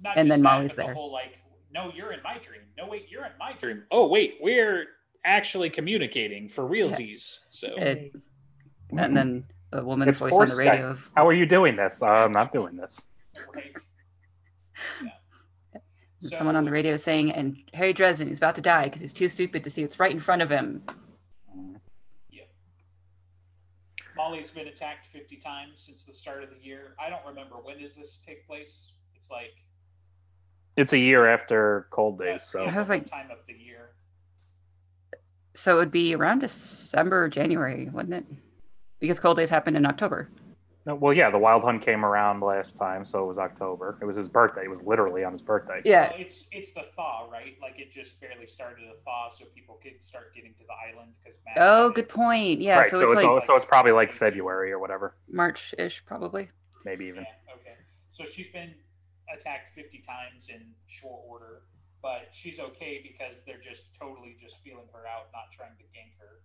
B: Not
D: and
B: just
D: then
B: that,
D: Molly's
B: but the
D: there.
B: whole, like, no, you're in my dream. No, wait, you're in my dream. Oh, wait, we're actually communicating for realsies. So
D: It- and then a woman's
C: It's
D: voice on the
C: forced
D: radio. Of,
C: How are you doing this? Uh, I'm not doing this.
B: right. Yeah. So-
D: someone on the radio saying, and Harry Dresden is about to die because he's too stupid to see what's right in front of him.
B: Molly's been attacked 50 times since the start of the year. I don't remember when does this take place. It's like
C: It's a year after Cold Days,
B: that's
C: so
D: I was like-
B: time of the year.
D: So it would be around December or January, wouldn't it? Because cold days happened in October.
C: No, well, yeah. The Wild Hunt came around last time, so it was October. It was his birthday. It was literally on his birthday.
D: Yeah.
B: Well, it's it's the thaw, right? Like it just barely started a thaw, so people could start getting to the island because.
D: Oh, good point. Yeah.
C: right.
D: so,
C: So,
D: it's,
C: it's,
D: like
C: al- so it's probably like February or whatever,
D: March ish, probably.
C: maybe even.
B: Yeah, okay. So she's been attacked 50 times in short order, but she's okay because they're just totally just feeling her out, not trying to gank her.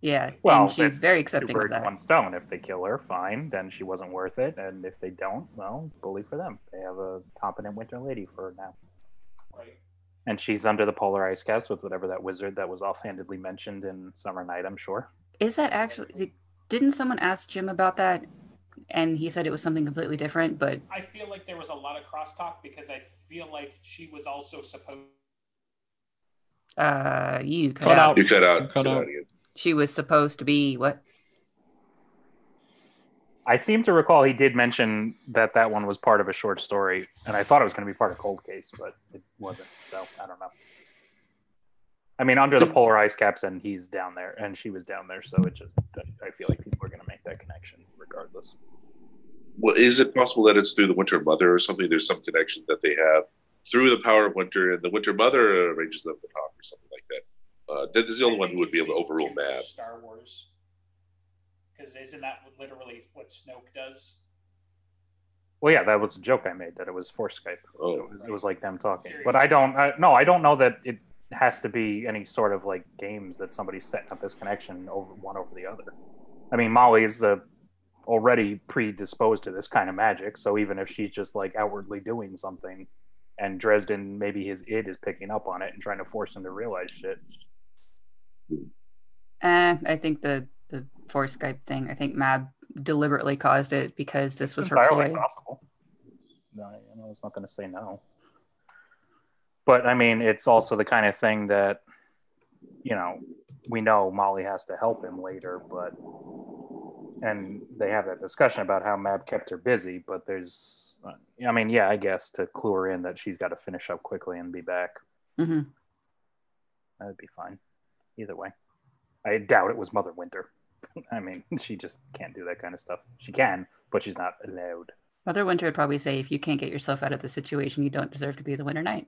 D: Yeah.
C: Well,
D: and she's
C: that's
D: very
C: two
D: accepting
C: birds,
D: of that.
C: One stone. If they kill her, fine. Then she wasn't worth it. And if they don't, well, bully for them. They have a competent winter lady for now.
B: Right.
C: And she's under the polar ice caps with whatever that wizard that was offhandedly mentioned in Summer Night. I'm sure.
D: Is that actually, didn't someone ask Jim about that? And he said it was something completely different, but
B: I feel like there was a lot of crosstalk because I feel like she was also supposed.
D: uh, you cut
E: Cut
D: out.
E: out.
A: You cut out.
E: You
A: cut
E: cut
A: out
E: out.
A: again.
D: She was supposed to be what?
C: I seem to recall he did mention that that one was part of a short story, and I thought it was going to be part of Cold Case, but it wasn't. So I don't know. I mean, under the polar ice caps, and he's down there, and she was down there, so it just I feel like people are going to make that connection regardless.
A: Well, is it possible that it's through the Winter Mother or something? There's some connection that they have through the power of winter, and the Winter Mother arranges them to talk or something like that. Uh, that is the only
B: I
A: one
B: think
A: who would be
B: it's
A: able to
B: in
A: overrule
B: two
A: Mab.
B: Star Wars. Because isn't that literally what Snoke does?
C: Well, yeah, that was a joke I made that it was for Skype. It
A: Oh,
C: was, it was like them talking, but I don't. I, no, I don't know that it has to be any sort of like games that somebody's setting up this connection over one over the other. I mean, Molly's uh, already predisposed to this kind of magic, so even if she's just like outwardly doing something, and Dresden maybe his id is picking up on it and trying to force him to realize shit.
D: Eh, I think the the force Skype thing. I think Mab deliberately caused it because this was her
C: entirely
D: ploy.
C: possible. No, I know it's not going to say no. But I mean, it's also the kind of thing that, you know, we know Molly has to help him later, but, and they have that discussion about how Mab kept her busy, but there's, I mean, yeah, I guess to clue her in that she's got to finish up quickly and be back,
D: hmm
C: that would be fine. Either way, I doubt it was Mother Winter. I mean, she just can't do that kind of stuff. She can, but she's not allowed.
D: Mother Winter would probably say, if you can't get yourself out of the situation, you don't deserve to be the Winter Knight.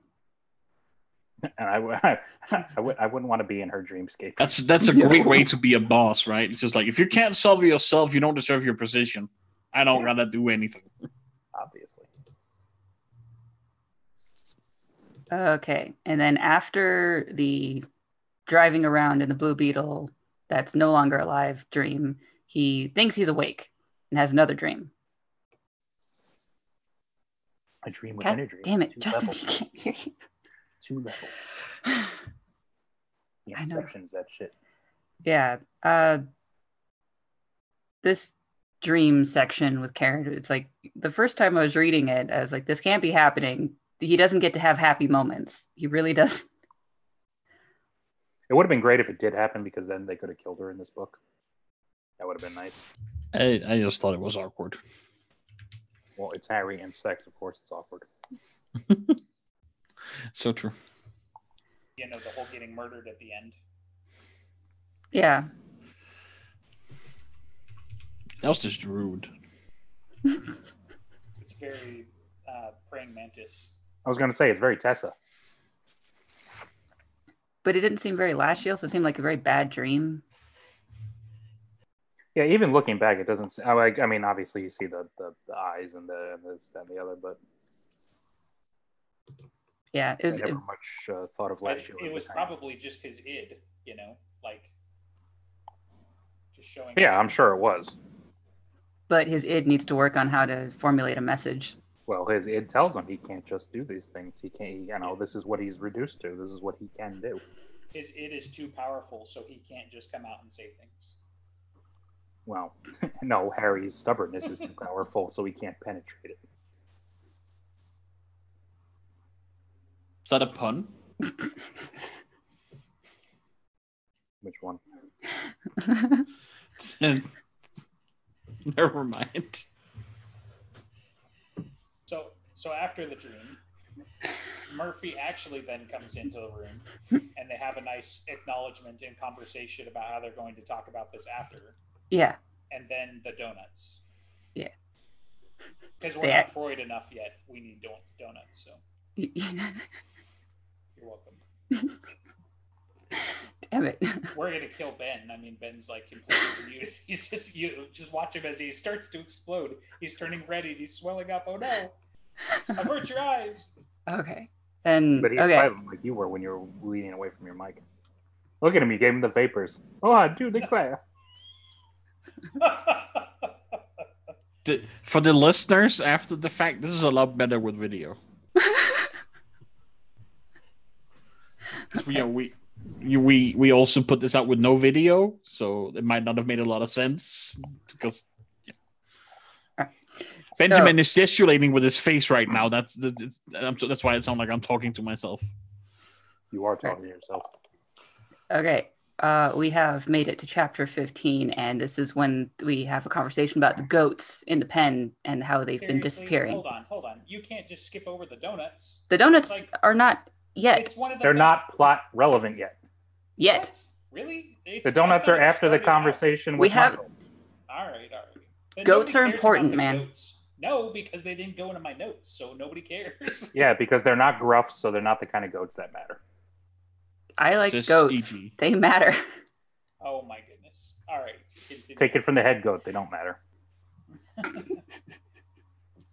C: and I, w- I, w- I wouldn't want to be in her dreamscape.
E: That's that's a great way to be a boss, right? It's just like if you can't solve it yourself, you don't deserve your position. I don't gotta do anything.
C: obviously.
D: Okay, and then after the driving around in the Blue Beetle, that's no longer alive dream. He thinks he's awake and has another dream.
C: I dream with
D: God
C: energy.
D: damn it,
C: Two
D: Justin,
C: levels.
D: you can't hear you.
C: Two levels. The
D: I know.
C: Inception's that shit.
D: Yeah. Uh this dream section with Karen, it's like the first time I was reading it, I was like, this can't be happening. He doesn't get to have happy moments. He really does.
C: It would have been great if it did happen because then they could have killed her in this book. That would have been nice.
E: I, I just thought it was awkward.
C: Well, it's Harry and sex, of course. It's awkward.
E: So true.
B: You know, the whole getting murdered at the end.
D: Yeah.
E: That was just rude.
B: It's very uh, praying mantis.
C: I was going to say it's very Tessa.
D: But it didn't seem very last year, so it seemed like a very bad dream.
C: Yeah, even looking back, it doesn't. s- I, like- I mean, obviously you see the, the, the eyes and the and this that, and the other, but
D: Yeah, it
C: I
D: was.
C: never much uh, thought of
B: But
C: last year. as
B: it was
C: the time.
B: probably just his id, you know, like just showing.
C: Yeah, I'm sure it was.
D: But his id needs to work on how to formulate a message.
C: Well, his it tells him he can't just do these things. He can't. You know, this is what he's reduced to. This is what he can do.
B: his id is too powerful, so he can't just come out and say things.
C: Well, no, Harry's stubbornness is too powerful, so he can't penetrate it.
E: Is that a pun?
C: Which one?
E: Never mind.
B: So, so after the dream, Murphy actually then comes into the room, and they have a nice acknowledgement and conversation about how they're going to talk about this after,
D: yeah,
B: and then the donuts.
D: Yeah.
B: Because we're
D: They
B: not
D: act-
B: Freud enough yet. We need don- donuts. So
D: damn
B: you're welcome.
D: it.
B: We're gonna kill Ben. I mean, Ben's like completely muted. He's just you just watch him as he starts to explode. He's turning red. and He's swelling up. Oh no! Avert your eyes.
D: Okay, and
C: But he's
D: okay,
C: silent like you were when you were leaning away from your mic. Look at him. You gave him the vapors. Oh, I do declare.
E: The- for the listeners, after the fact, this is a lot better with video. 'Cause we, are- we, you- we, we also put this out with no video, so it might not have made a lot of sense. Because Benjamin is gesticulating with his face right now. That's that's, that's- I'm, that's why it sounds like I'm talking to myself.
C: You are talking to yourself.
D: So, okay, uh, we have made it to chapter fifteen, and this is when we have a conversation about the goats in the pen and how they've been
B: Seriously?
D: disappearing.
B: Hold on, hold on. You can't just skip over the donuts.
D: The donuts
B: Like-
D: are not yet
B: It's one of the
C: They're
B: best-
C: not plot relevant yet.
D: yet.
B: What? Really? It's
C: The donuts
B: not
C: are
B: that it
C: after the
B: started out.
C: conversation.
D: We
C: with
D: have-
C: Michael.
B: All right, all right. Then
D: Goats
B: nobody cares
D: are
B: about
D: important,
B: the
D: man.
B: goats. No, because they didn't go into my notes, so nobody cares.
C: Yeah, because they're not gruff, so they're not the kind of goats that matter.
D: I like
E: Just E
D: goats.
E: EG.
D: They matter.
B: Oh my goodness. All right. Continue.
C: Take it from the head goat; they don't matter.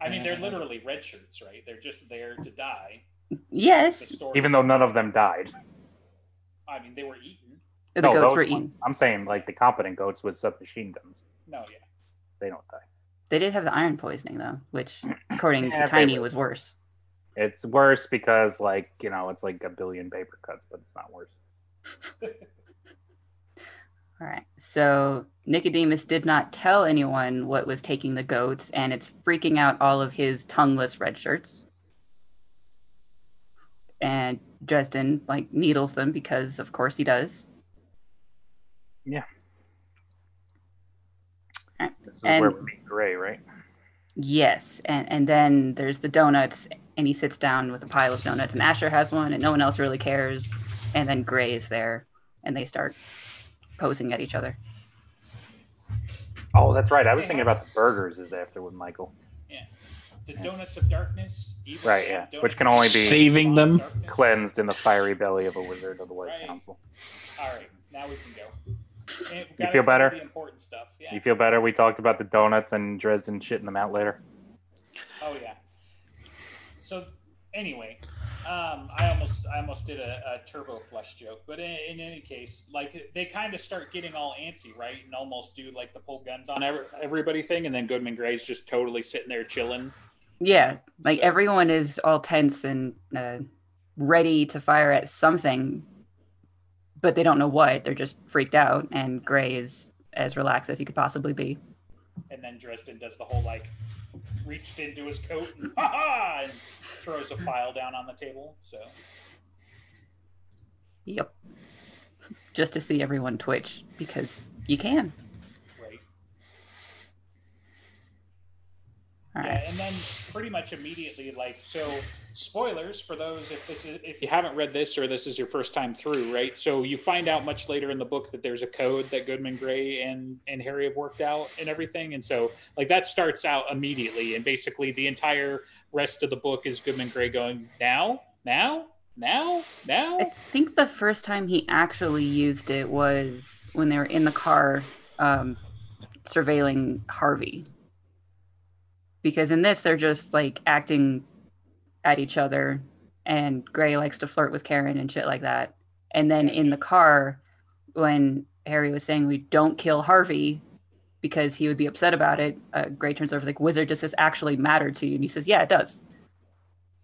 B: I mean, they're literally red shirts, right? They're just there to die. The
D: Yes,
B: story.
C: Even though none of them died.
B: I mean, they were eaten.
D: the
C: No,
D: goats
C: those
D: were eaten.
C: ones. I'm saying like the competent goats with submachine guns.
B: No, yeah.
C: They don't die.
D: They did have the iron poisoning though, which according
C: Yeah,
D: to
C: they
D: Tiny
C: were.
D: was worse.
C: It's worse because like you know it's like a billion paper cuts, but it's not worse.
D: All right. So Nicodemus did not tell anyone what was taking the goats, and it's freaking out all of his tongueless red shirts. And Dresden like needles them because of course he does.
C: This is
D: And-
C: where we meet Gray, right?
D: Yes. And and then there's the donuts and he sits down with a pile of donuts and Asher has one and no one else really cares. And then Gray is there and they start posing at each other.
C: Oh, that's right. I was thinking about the burgers is after with Michael.
B: The donuts of darkness. evil
C: Right, yeah,
B: donuts
C: which can only be-
E: Saving them.
B: Darkness.
C: Cleansed in the fiery belly of a wizard of the White
B: Right.
C: Council.
B: All right, now we can go. And we've
C: You
B: gotta
C: feel
B: cover
C: better?
B: The important stuff. Yeah.
C: You feel better? We talked about the donuts and Dresden shitting them out later.
B: Oh yeah. So anyway, um, I almost I almost did a, a turbo flush joke, but in, in any case, like they kind of start getting all antsy, right, and almost do like the pull guns on every, everybody thing, and then Goodman Gray's just totally sitting there chilling.
D: Yeah, like
B: So-
D: everyone is all tense and uh, ready to fire at something, but they don't know what. They're just freaked out, and Gray is as relaxed as he could possibly be.
B: And then Dresden does the whole like reached into his coat and, ha and throws a file down on the table. So
D: Yep. Just to see everyone twitch because you can.
B: right.
D: All
B: Yeah,
D: right.
B: and then pretty much immediately, like so. Spoilers for those if this is if you haven't read this or this is your first time through, right? So you find out much later in the book that there's a code that Goodman Gray and and Harry have worked out and everything, and so like that starts out immediately, and basically the entire rest of the book is Goodman Gray going now, now, now, now.
D: I think the first time he actually used it was when they were in the car um, surveilling Harvey. Because in this, they're just like acting at each other, and Gray likes to flirt with Karen and shit like that. And then in the car, when Harry was saying, We don't kill Harvey because he would be upset about it, uh, Gray turns over, like, Wizard, does this actually matter to you? And he says, Yeah, it does.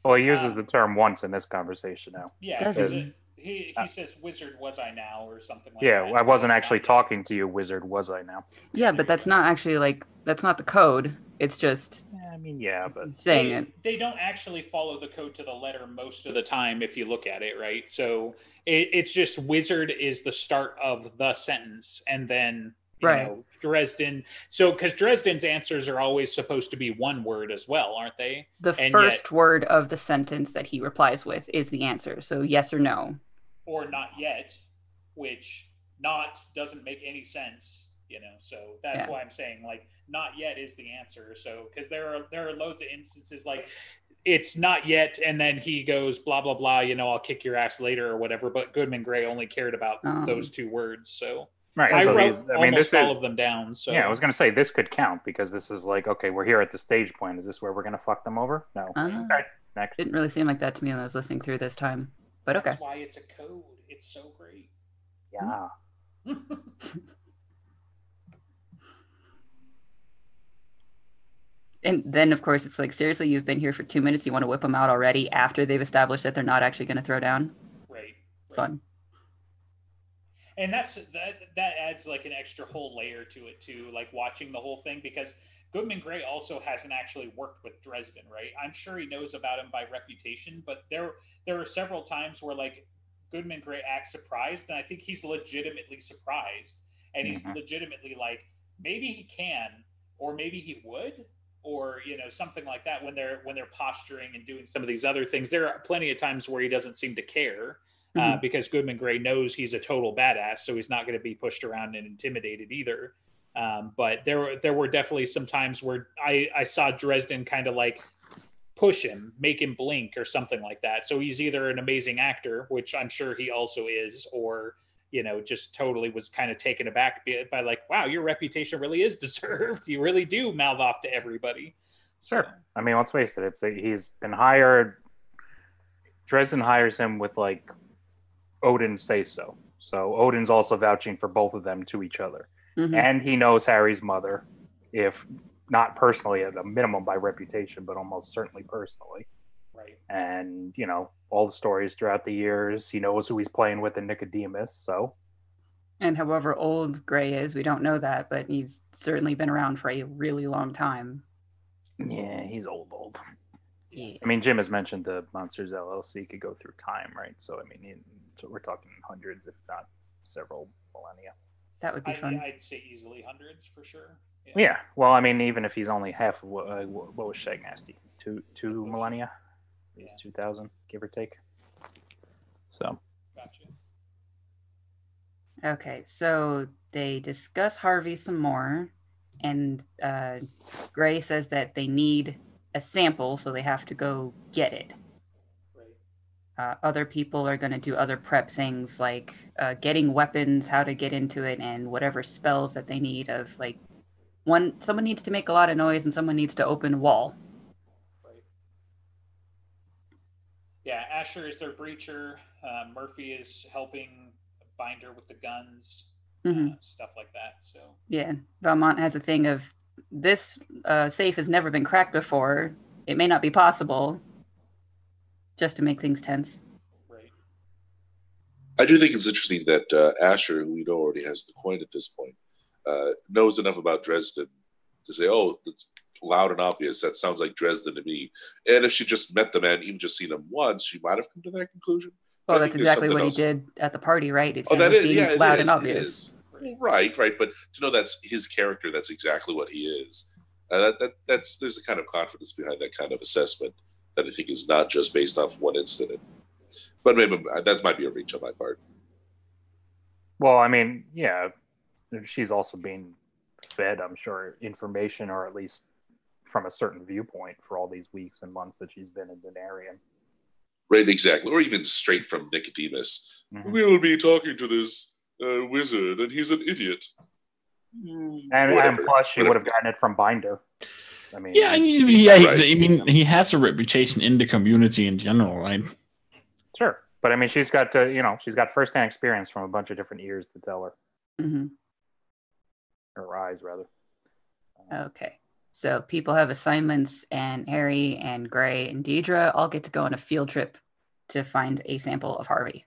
C: Well, he uses the term once in this conversation now.
B: Yeah,
D: Does
B: 'cause
C: it?
B: it- he
D: Uh,
B: he says, "Wizard, was I now?" or something like
C: Yeah,
B: that.
C: I wasn't
B: It's
C: actually
B: not-
C: talking to you, wizard, was I now?
D: Yeah, but that's not actually like, that's not the code. It's just
C: Yeah, I mean, yeah, but
D: saying
B: they,
D: it.
B: They don't actually follow the code to the letter most of the time if you look at it, right? So it, it's just wizard is the start of the sentence, and then you
D: Right.
B: know, Dresden. So because Dresden's answers are always supposed to be one word as well, aren't they?
D: the
B: And yet-
D: first word of the sentence that he replies with is the answer. So yes or no.
B: Or not yet, which not doesn't make any sense. You know, so that's
D: Yeah.
B: why I'm saying like not yet is the answer. So because there are there are loads of instances like it's not yet and then he goes blah blah blah you know i'll kick your ass later or whatever but goodman gray only cared about
D: Um.
B: those two words so
C: right.
B: i
C: so
B: wrote
C: these-
B: almost
C: I mean, this
B: all
C: is
B: of them down so
C: yeah. I was gonna say this could count because this is like okay, we're here at the stage point. Is this where we're gonna fuck them over? No.
D: Uh,
C: Okay, next.
D: Didn't really seem like that to me when I was listening through this time. But okay.
B: that's why it's a code it's so great
C: Yeah.
D: And then of course it's like seriously, you've been here for two minutes. You want to whip them out already after they've established that they're not actually going to throw down.
B: right, right.
D: Fun.
B: and that's that that adds like an extra whole layer to it too like watching the whole thing because goodman gray also hasn't actually worked with dresden right i'm sure he knows about him by reputation but there there are several times where like goodman gray acts surprised and i think he's legitimately surprised and he's
C: Mhm.
B: legitimately like maybe he can or maybe he would or you know something like that when they're when they're posturing and doing some of these other things there are plenty of times where he doesn't seem to care uh,
D: Mhm.
B: because Goodman Gray knows he's a total badass, so he's not going to be pushed around and intimidated either. Um, but there were there were definitely some times where I I saw Dresden kind of like push him, make him blink or something like that. So he's either an amazing actor, which I'm sure he also is, or you know just totally was kind of taken aback by- by like, wow, your reputation really is deserved. You really do mouth off to everybody.
C: Sure. I mean, let's face it. It's he's been hired. Dresden hires him with like Odin say so. So Odin's also vouching for both of them to each other,
B: Mm-hmm.
D: Mhm.
C: and he knows Harry's mother, if not personally at a minimum by reputation, but almost certainly personally.
B: Right.
C: And you know all the stories throughout the years. He knows who he's playing with in Nicodemus. So
D: And however old Gray is, we don't know that, but he's certainly been around for a really long time.
C: yeah, he's old, old.
D: Yeah.
C: I mean, Jim has mentioned the Monsters LLC could go through time, right? So I mean, in, so we're talking hundreds, if not several millennia.
D: That would be
B: I,
D: fun.
B: I'd say easily hundreds for sure.
C: Yeah. Well, I mean, even if he's only half of what, uh, what what was Shag Nasty? Two two millennia. It was
B: Yeah.
C: two thousand, give or take. So
B: Gotcha.
D: Okay, so they discuss Harvey some more, and uh, Gray says that they need a sample, so they have to go get it.
B: Right.
D: Uh, other people are going to do other prep things like uh, getting weapons, how to get into it, and whatever spells that they need. Of like, one someone needs to make a lot of noise, and someone needs to open a wall.
B: Right. Yeah, Asher is their breacher. Uh, Murphy is helping Binder with the guns,
D: Mhm.
B: uh, stuff like that. So
D: Yeah, Valmont has a thing of this uh, safe has never been cracked before. It may not be possible. Just to make things tense.
B: right,
A: I do think it's interesting that uh, Asher, who we know already has the coin at this point, uh, knows enough about Dresden to say, "Oh, that's loud and obvious. That sounds like Dresden to me." And if she just met the man, even just seen him once, she might have come to that conclusion. I
D: Well,
A: think
D: that's
A: there's
D: exactly what
A: something
D: he
A: else.
D: did at the party, right? It's
A: Oh, that is
D: being
A: yeah, it
D: loud
A: is,
D: and
A: it
D: obvious.
A: is.
B: right.
A: Right, right. But to know that's his character, that's exactly what he is. Uh, that, that that's there's a kind of confidence behind that kind of assessment that I think is not just based off one incident. But maybe uh, that might be a reach on my part.
C: Well, I mean, yeah, she's also being fed, I'm sure, information or at least from a certain viewpoint for all these weeks and months that she's been in Denarian.
A: Right, exactly. Or even straight from Nicodemus.
C: Mhm.
A: Mm-hmm. We will be talking to this uh, wizard, and he's an idiot. Mm,
C: And, and
A: whatever.
C: plus, she would
A: Whatever.
C: have gotten it from Binder. I mean,
E: Yeah, I mean, yeah, he-
A: Right.
E: I mean, he has a reputation in the community in general, right?
C: sure. But I mean, she's got to, you know, she's got firsthand experience from a bunch of different ears to tell her,
D: hmm
C: or eyes rather. Uh,
D: Okay. So people have assignments, and Harry and Gray and Deidre all get to go on a field trip to find a sample of Harvey.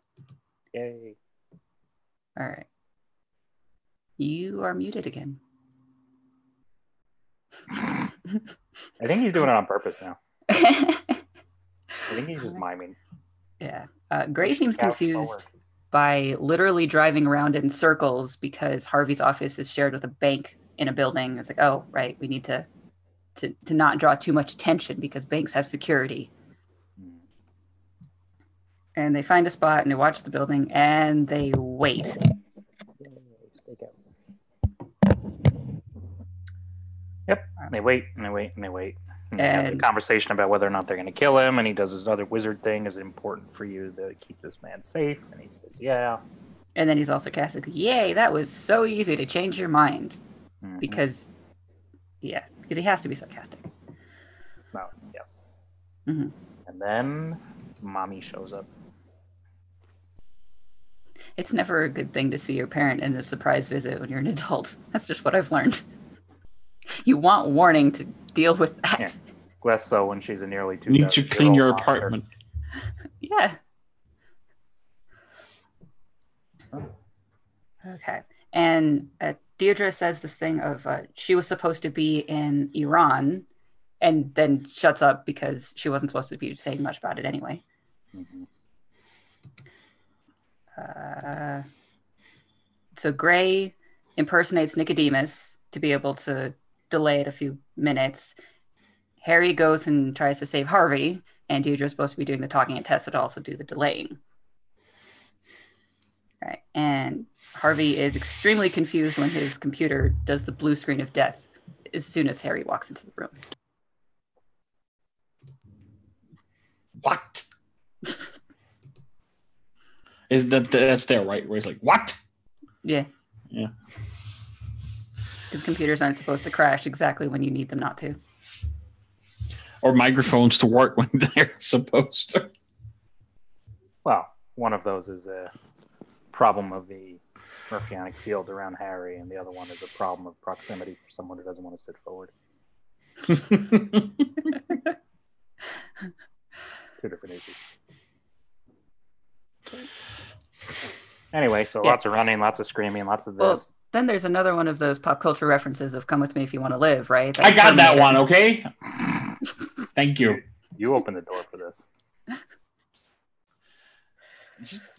C: Yay.
D: All right. You are muted again.
C: I think he's doing it on purpose now. I think he's just miming.
D: yeah. Uh, Gray
C: Push
D: seems
C: the couch
D: confused
C: forward.
D: by literally driving around in circles because Harvey's office is shared with a bank in a building. It's like, oh, right, we need to to, to not draw too much attention because banks have security.
C: Mm.
D: And they find a spot and they watch the building and they wait.
C: Yay, stakeout. Yep. And they wait and they wait and they wait. And they have the
D: And-
C: conversation about whether or not they're going to kill him. And he does his other wizard thing. Is it important for you to keep this man safe? And he says, yeah.
D: And then he's also sarcastically, yay, that was so easy to change your mind.
C: Mhm.
D: Because, yeah, because he has to be sarcastic.
C: No, yes.
D: Mhm.
C: And then mommy shows up.
D: It's never a good thing to see your parent in a surprise visit when you're an adult. That's just what I've learned. You want warning to deal with that.
C: Less so when she's a nearly two.
E: Need to clean your apartment.
D: Yeah.
C: Oh.
D: Okay. And uh, Deirdre says this thing of uh, she was supposed to be in Iran and then shuts up because she wasn't supposed to be saying much about it anyway.
C: Mm-hmm.
D: Uh, so Gray impersonates Nicodemus to be able to delay it a few minutes. Harry goes and tries to save Harvey, and Deirdre's supposed to be doing the talking, and Tessa to also do the delaying. Right, and Harvey is extremely confused when his computer does the blue screen of death as soon as Harry walks into the room.
E: What? Is that that's there, right? Where he's like, what?
D: Yeah.
E: Yeah.
D: Because computers aren't supposed to crash exactly when you need them not to.
E: Or microphones to work when they're supposed to.
C: Well, one of those is a problem of the Murphianic field around Harry, and the other one is a problem of proximity for someone who doesn't want to sit forward. Two different issues. Anyway, so
D: Yeah.
C: lots of running, lots of screaming, lots of this.
D: Well, Then there's another one of those pop culture references of "Come with me if you want to live," right?
E: I got that
D: Terminator.
E: one, okay? Thank you.
C: you opened the door for this.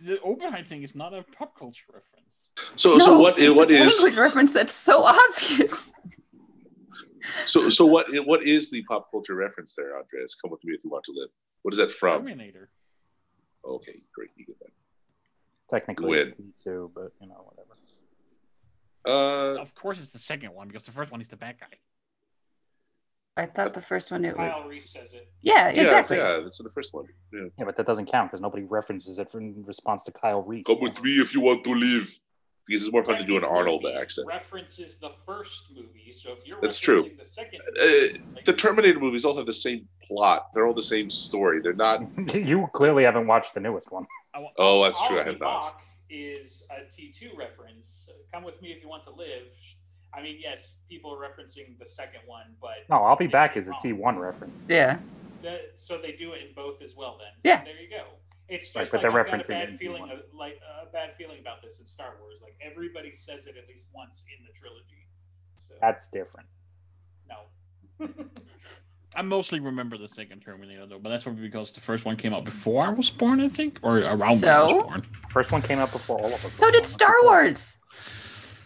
E: The Oberheim thing is not a pop culture reference.
A: So,
D: No,
A: so what? eh,
D: it's
A: What
D: a
A: is?
D: language reference that's so obvious?
A: So, so what? eh, What is the pop culture reference there, Andreas? Come with me if you want to live. What is that from?
E: Terminator.
A: Okay, great, you get that.
C: Technically, it's T2, but you know, whatever.
A: Uh,
E: Of course, it's the second one because the first one is the bad guy.
D: I thought the first one. It,
B: Kyle Reese says it.
D: yeah,
A: yeah,
D: exactly.
A: yeah, that's the first one. Yeah.
C: Yeah, but that doesn't count because nobody references it in response to Kyle Reese.
A: Come with me if you want to live. Because it's more fun to do an
B: Second
A: Arnold
B: movie
A: accent.
B: References the first movie, so if you're
A: That's
B: referencing
A: true.
B: The second,
A: Uh,
B: like,
A: The Terminator movies all have the same plot. They're all the same story. They're not.
C: you clearly haven't watched the newest one.
A: Oh, that's true. I
B: Oliver
A: have not.
B: Bach is a T2 reference. Come with me if you want to live. I mean, yes, people are referencing the second one, but
C: No, I'll be back is a T1 reference.
D: Yeah.
B: the, so they do it in both as well. Then, so
D: Yeah.
B: there you go. It's
C: Right,
B: just
C: but
B: like
C: they're
B: I've got a
C: referencing it
B: bad
C: in
B: feeling,
C: T1.
B: of, like a bad feeling about this in Star Wars. Like everybody says it at least once in the trilogy. So
C: That's different.
B: no,
E: I mostly remember the second Terminator though, but that's probably because the first one came out before I was born, I think, or around when I was
D: So?
E: born.
C: First one came out before all of us.
D: So did Star Wars.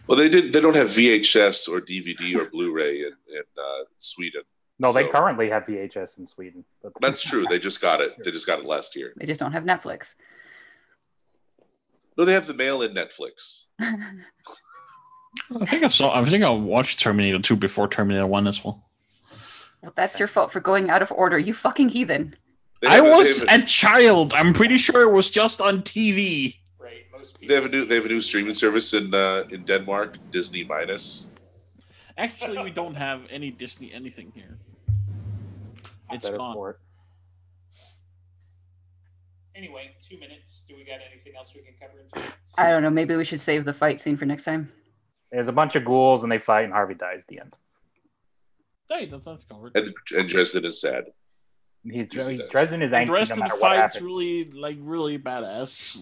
A: Well, they didn't. They don't have VHS or DVD or Blu-ray in, in uh, Sweden.
C: No, they
A: So-
C: currently have VHS in Sweden. But
A: That's true. They just got it. They just got it last year.
D: They just don't have Netflix.
A: No, they have the mail-in Netflix.
E: I think I saw. I think I watched Terminator Two before Terminator One as well.
D: Well, that's your fault for going out of order, you fucking heathen.
A: They
E: I
A: have a- they
E: was
A: have a-
E: a child. I'm pretty sure it was just on TV.
B: Right. Most people.
A: They have a new they have a new streaming service in uh, in Denmark, Disney minus.
E: Actually, we don't have any Disney anything here. It's
C: better
E: gone.
C: for it.
B: Anyway, two minutes. Do we got anything else we can cover in two minutes?
D: I don't know. Maybe we should save the fight scene for next time.
C: There's a bunch of ghouls and they fight, and Harvey dies at the end.
E: Hey, that's, that's covered.
A: And, and Dresden is sad.
C: He's
A: Yes, he does.
C: Dresden is angsty
E: Dresden
C: no matter what
E: fights
C: happens.
E: really like really badass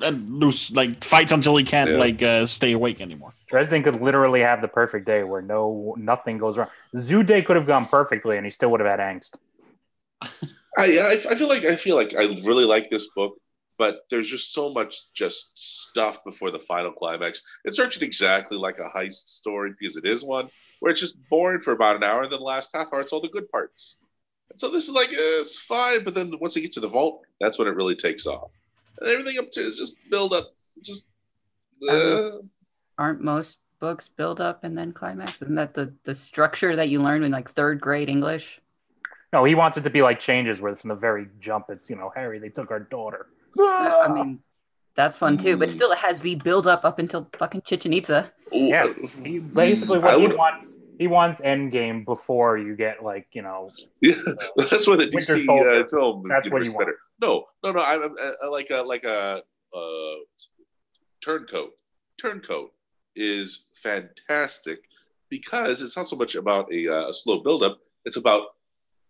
E: and loose like fights until he can't
A: Yeah.
E: like uh, stay awake anymore.
C: Dresden could literally have the perfect day where no nothing goes wrong. Zoo Day could have gone perfectly, and he still would have had angst.
A: I, I I feel like I feel like I really like this book, but there's just so much just stuff before the final climax. It's searching exactly like a heist story because it is one where it's just boring for about an hour, and then the last half hour it's all the good parts. And so this is like eh, it's fine, but then once they get to the vault, that's when it really takes off. And everything up to is just build up, just. Uh,
D: Aren't most books build up and then climax? Isn't that the, the structure that you learn in like third grade English?
C: No, he wants it to be like changes where from the very jump it's you know Harry they took our daughter.
D: I mean, that's fun too, but
A: Mm.
D: still it has the build up up until fucking Chichen Itza.
A: ooh,
C: Yes,
A: uh,
C: he, basically
A: I
C: what he
A: would-
C: wants he wants Endgame before you get like you know
A: Yeah, that's what the
C: Winter
A: DC
C: Soldier.
A: uh, film.
C: that's what he
A: universe better.
C: wants.
A: No, no, no. I, I, I uh, like a like a uh, turncoat. Turncoat is fantastic because it's not so much about a, uh, a slow buildup. It's about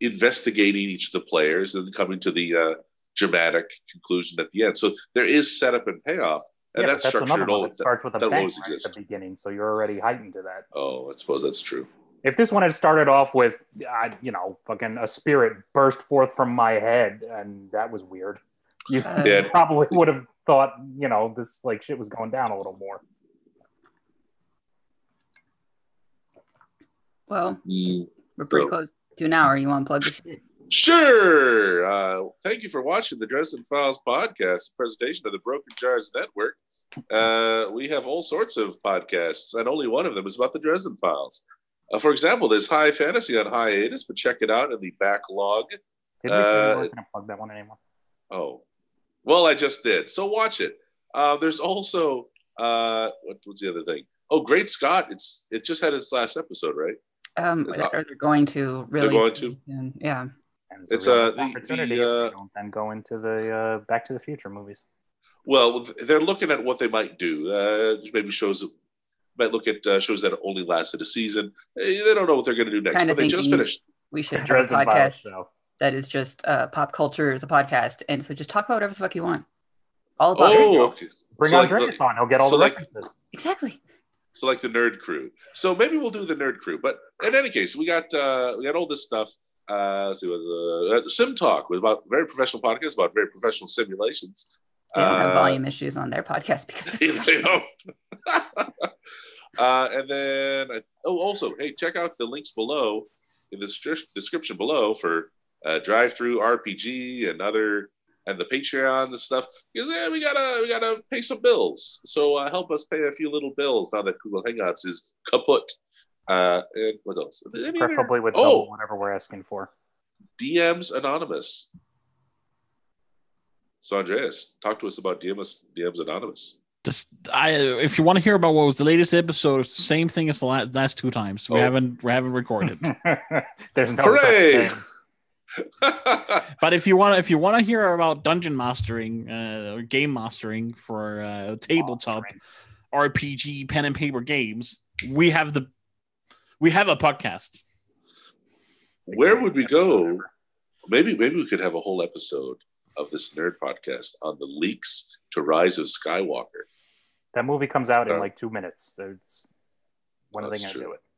A: investigating each of the players and coming to the uh, dramatic conclusion at the end. So there is setup and payoff, and
C: Yeah, but
A: that's structured
C: another one
A: all.
C: that starts with a
A: that
C: bang
A: always
C: right at
A: exists.
C: the beginning, so you're already heightened to that.
A: Oh, I suppose that's true.
C: If this one had started off with uh, you know fucking a spirit burst forth from my head and that was weird, you
D: Uh,
A: Yeah.
C: probably would have thought you know this like shit was going down a little more.
D: Well,
A: Mm.
D: we're pretty
A: Oh.
D: close to an hour. You want to plug this?
A: Sure. Uh, thank you for watching the Dresden Files podcast, a presentation of the Broken Jars Network. Uh, we have all sorts of podcasts, and only one of them is about the Dresden Files. Uh, for example, there's High Fantasy on hiatus, but check it out in the backlog.
C: Did we say we
A: Uh,
C: weren't going to plug that one anymore?
A: Oh, well, I just did. So watch it. Uh, there's also uh, what, what's the other thing? Oh, Great Scott! It's it just had its last episode, right?
D: Um,
A: It's not-
D: are they going to really?
A: going to.
D: soon. Yeah.
C: And
A: It's,
C: we have
A: uh,
C: this
A: the-
C: opportunity
A: the,
C: if we
A: uh,
C: don't then go into the uh, Back to the Future movies.
A: Well, they're looking at what they might do. Uh, maybe shows might look at uh, shows that only lasted a season. Eh, They don't know what they're going to do next.
D: Kinda
A: but they just
D: thinking-
A: finished.
D: We should have
C: Dresden
D: a
C: Files
D: podcast
C: show.
D: that is just uh, pop culture, the podcast. And so just talk about whatever the fuck you want. All about it.
A: Oh, okay.
C: Bring
A: So,
C: on
A: like, look-
C: Dreyfus on; he'll get all
A: so,
C: the
A: like-
C: references.
D: Exactly.
A: So like the nerd crew. So maybe we'll do the nerd crew. But in any case, we got uh, we got all this stuff. Uh, let's see, what was, uh, Sim Talk was about very professional podcast about very professional simulations.
D: They don't have
A: Uh,
D: volume issues on their podcast because they're
A: they
D: professionals.
A: don't. uh, and then, I, oh, also, hey, check out the links below in the stri- description below for uh, Drive Through RPG and other and the Patreon and stuff because yeah, we gotta we gotta pay some bills. So uh, help us pay a few little bills now that Google Hangouts is kaput. Uh, and what else? Any other-
C: Preferably with
A: Oh.
C: double whatever we're asking for.
A: DMs Anonymous. So Andreas, talk to us about DMs DMs Anonymous.
E: Just I if you want to hear about what was the latest episode, it's the same thing as the last, last two times. We
A: Oh.
E: haven't we haven't recorded.
C: There's no
A: Hooray!
C: such thing.
E: but if you want if you want to hear about dungeon mastering, uh, or game mastering for uh, tabletop RPG pen and paper games, we have the we have a podcast.
A: Where would we go? Maybe maybe we could have a whole episode of this nerd podcast on the leaks to Rise of Skywalker.
C: That movie comes out in
A: Uh,
C: like two minutes. So it's, when are they
A: That's
C: going to
A: true.
C: do it?